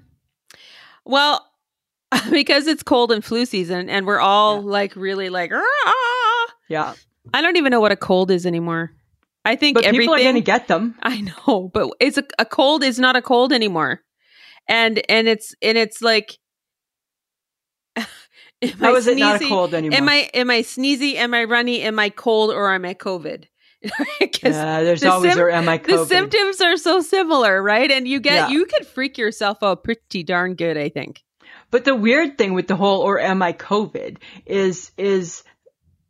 Speaker 1: well because it's cold and flu season and we're all like really like "Rah!"
Speaker 2: Yeah.
Speaker 1: I don't even know what a cold is anymore. I think
Speaker 2: But
Speaker 1: everything
Speaker 2: people are going to get them.
Speaker 1: I know, but it's a, a cold is not a cold anymore. And and it's and it's like am
Speaker 2: How
Speaker 1: I
Speaker 2: is it not a
Speaker 1: sneezy?
Speaker 2: cold anymore?
Speaker 1: Am I am I sneezy? Am I runny? Am I cold or am I COVID? 'Cause
Speaker 2: Yeah, there's
Speaker 1: the
Speaker 2: always
Speaker 1: sym-
Speaker 2: or am I
Speaker 1: the
Speaker 2: COVID?
Speaker 1: symptoms are so similar, right? And you get
Speaker 2: Yeah.
Speaker 1: you could freak yourself out pretty darn good, I think.
Speaker 2: But the weird thing with the whole or am I COVID is is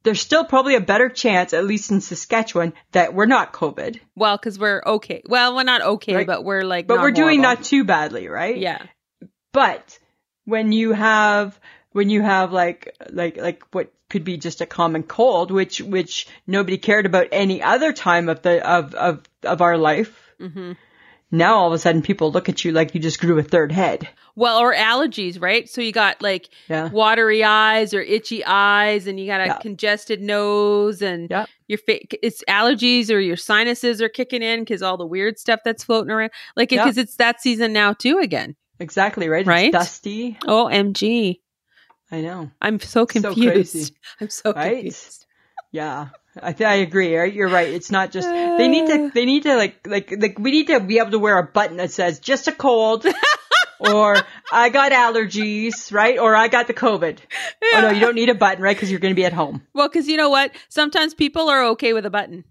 Speaker 2: there's still probably a better chance, at least in Saskatchewan, that we're not COVID.
Speaker 1: Well, because we're okay. Well, we're not okay,
Speaker 2: Right.
Speaker 1: but we're like
Speaker 2: But
Speaker 1: not
Speaker 2: we're doing
Speaker 1: horrible.
Speaker 2: not too badly, right?
Speaker 1: yeah.
Speaker 2: But when you have when you have like like like what could be just a common cold, which which nobody cared about any other time of the of of of our life,
Speaker 1: hmm
Speaker 2: now all of a sudden people look at you like you just grew a third head.
Speaker 1: Well, or allergies, right? So you got like
Speaker 2: Yeah.
Speaker 1: watery eyes or itchy eyes, and you got a
Speaker 2: Yeah.
Speaker 1: congested nose, and
Speaker 2: Yep.
Speaker 1: your fa- it's allergies or your sinuses are kicking in because all the weird stuff that's floating around. Like
Speaker 2: Yeah.
Speaker 1: because it's that season now too again.
Speaker 2: Exactly right.
Speaker 1: Right?
Speaker 2: It's dusty.
Speaker 1: Omg,
Speaker 2: I know.
Speaker 1: I'm so
Speaker 2: So
Speaker 1: confused.
Speaker 2: crazy.
Speaker 1: I'm so
Speaker 2: Right?
Speaker 1: confused.
Speaker 2: Yeah, I th- I agree. Right? You're right. It's not just they need to they need to like like like we need to be able to wear a button that says just a cold, or I got allergies, right? Or I got the COVID. Oh no, you don't need a button, right? Because you're going to be at home.
Speaker 1: Well, because you know what? Sometimes people are okay with a button.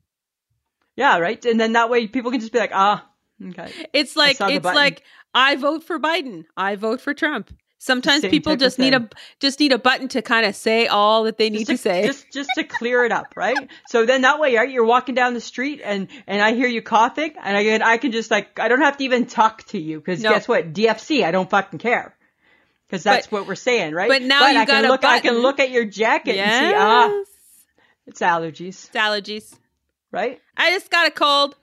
Speaker 2: Yeah, right. And then that way people can just be like, ah, okay.
Speaker 1: It's like
Speaker 2: saw the
Speaker 1: it's
Speaker 2: button.
Speaker 1: like I vote for Biden. I vote for Trump. Sometimes
Speaker 2: Same
Speaker 1: people
Speaker 2: type of
Speaker 1: just need a
Speaker 2: thing.
Speaker 1: just need a button to kind of say all that they need
Speaker 2: Just
Speaker 1: to, say.
Speaker 2: just just to clear it up, right? So then that way, right, you're walking down the street and and I hear you coughing, and I can I can just like I don't have to even talk to you because
Speaker 1: No.
Speaker 2: guess what, DFC, I don't fucking care because that's
Speaker 1: But-
Speaker 2: what we're saying, right?
Speaker 1: but now you
Speaker 2: I
Speaker 1: got
Speaker 2: can
Speaker 1: a
Speaker 2: look I can
Speaker 1: button.
Speaker 2: look at your jacket and see ah
Speaker 1: Yes.
Speaker 2: it's allergies,
Speaker 1: It's allergies.
Speaker 2: right?
Speaker 1: I just got a cold.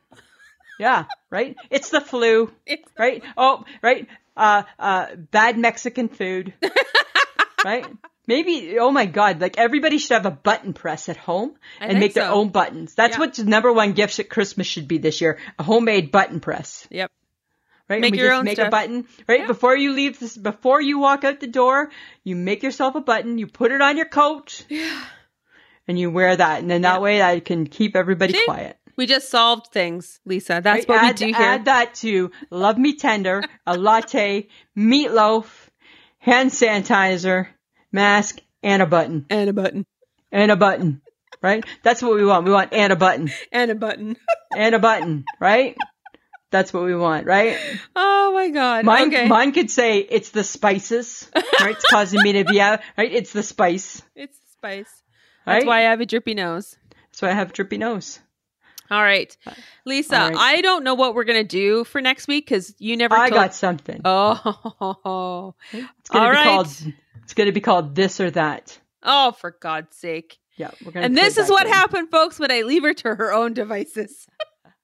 Speaker 2: Yeah, right. It's the flu,
Speaker 1: It's-
Speaker 2: right? Oh, right. Uh, uh, bad Mexican food, right? Maybe. Oh my God! Like everybody should have a button press at home
Speaker 1: I
Speaker 2: and make
Speaker 1: think
Speaker 2: their
Speaker 1: so.
Speaker 2: own buttons. That's
Speaker 1: Yeah.
Speaker 2: what the number one gifts at Christmas should be this year: a homemade button press,
Speaker 1: Yep.
Speaker 2: right? And
Speaker 1: Make
Speaker 2: we
Speaker 1: your
Speaker 2: just
Speaker 1: own
Speaker 2: make
Speaker 1: stuff.
Speaker 2: a button, right?
Speaker 1: Yeah.
Speaker 2: Before you leave this, before you walk out the door, you make yourself a button. You put it on your coat, and you wear that, and then that way I can keep everybody
Speaker 1: See?
Speaker 2: quiet.
Speaker 1: We just solved things, Lisa. That's
Speaker 2: Right?
Speaker 1: what
Speaker 2: add,
Speaker 1: we do here.
Speaker 2: add that to love me tender, a latte, meatloaf, hand sanitizer, mask, and a button.
Speaker 1: and a button.
Speaker 2: And a button. right? That's what we want. We want Anna Button.
Speaker 1: and a button.
Speaker 2: Anna Button, right? That's what we want, right?
Speaker 1: Oh my god.
Speaker 2: Mine,
Speaker 1: okay.
Speaker 2: mine could say it's the spices, right? It's causing me to be out, right? It's the spice,
Speaker 1: it's spice.
Speaker 2: right?
Speaker 1: That's why I have a drippy nose.
Speaker 2: That's why I have drippy nose.
Speaker 1: All right. Lisa,
Speaker 2: Uh, All right.
Speaker 1: I don't know what we're going to do for next week cuz you never
Speaker 2: I
Speaker 1: told
Speaker 2: got something.
Speaker 1: Oh.
Speaker 2: it's gonna
Speaker 1: all
Speaker 2: be
Speaker 1: right.
Speaker 2: called. It's gonna be called this or that.
Speaker 1: Oh, for God's sake.
Speaker 2: Yeah, we're gonna.
Speaker 1: And
Speaker 2: play
Speaker 1: this is
Speaker 2: that
Speaker 1: what
Speaker 2: game.
Speaker 1: happened, folks, when I leave her to her own devices.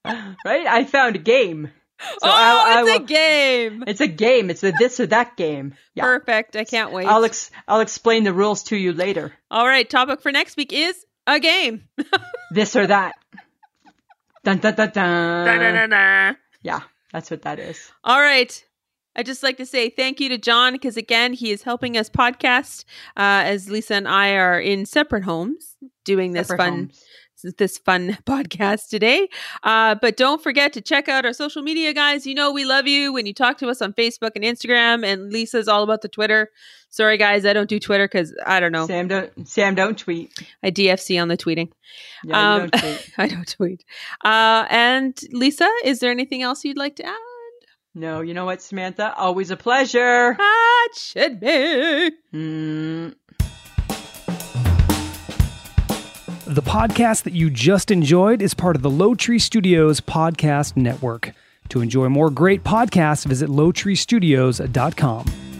Speaker 2: right? I found a game. So
Speaker 1: oh,
Speaker 2: I, I
Speaker 1: it's a
Speaker 2: will-
Speaker 1: game.
Speaker 2: It's a game. It's a this or that game. Yeah.
Speaker 1: Perfect. I can't wait.
Speaker 2: I'll ex- I'll explain the rules to you later.
Speaker 1: All right, topic for next week is a game.
Speaker 2: This or that. Dun dun dun dun.
Speaker 1: Da-da-da-da.
Speaker 2: Yeah, that's what that is.
Speaker 1: All right. I just like to say thank you to John because again, he is helping us podcast uh, as Lisa and I are in separate homes doing this
Speaker 2: Separate
Speaker 1: fun
Speaker 2: homes.
Speaker 1: this fun podcast today. Uh, but don't forget to check out our social media, guys. You know, we love you when you talk to us on Facebook and Instagram. And Lisa's all about the Twitter. Sorry, guys, I don't do Twitter because I don't know.
Speaker 2: Sam don't Sam don't tweet.
Speaker 1: I DFC on the tweeting.
Speaker 2: Yeah, you
Speaker 1: Um,
Speaker 2: don't tweet.
Speaker 1: I don't tweet. Uh, and Lisa, is there anything else you'd like to add?
Speaker 2: No, you know what, Samantha? Always a pleasure.
Speaker 1: Ah, it should be.
Speaker 2: Mm.
Speaker 4: The podcast that you just enjoyed is part of the Low Tree Studios podcast network. To enjoy more great podcasts, visit lowtreestudios.com.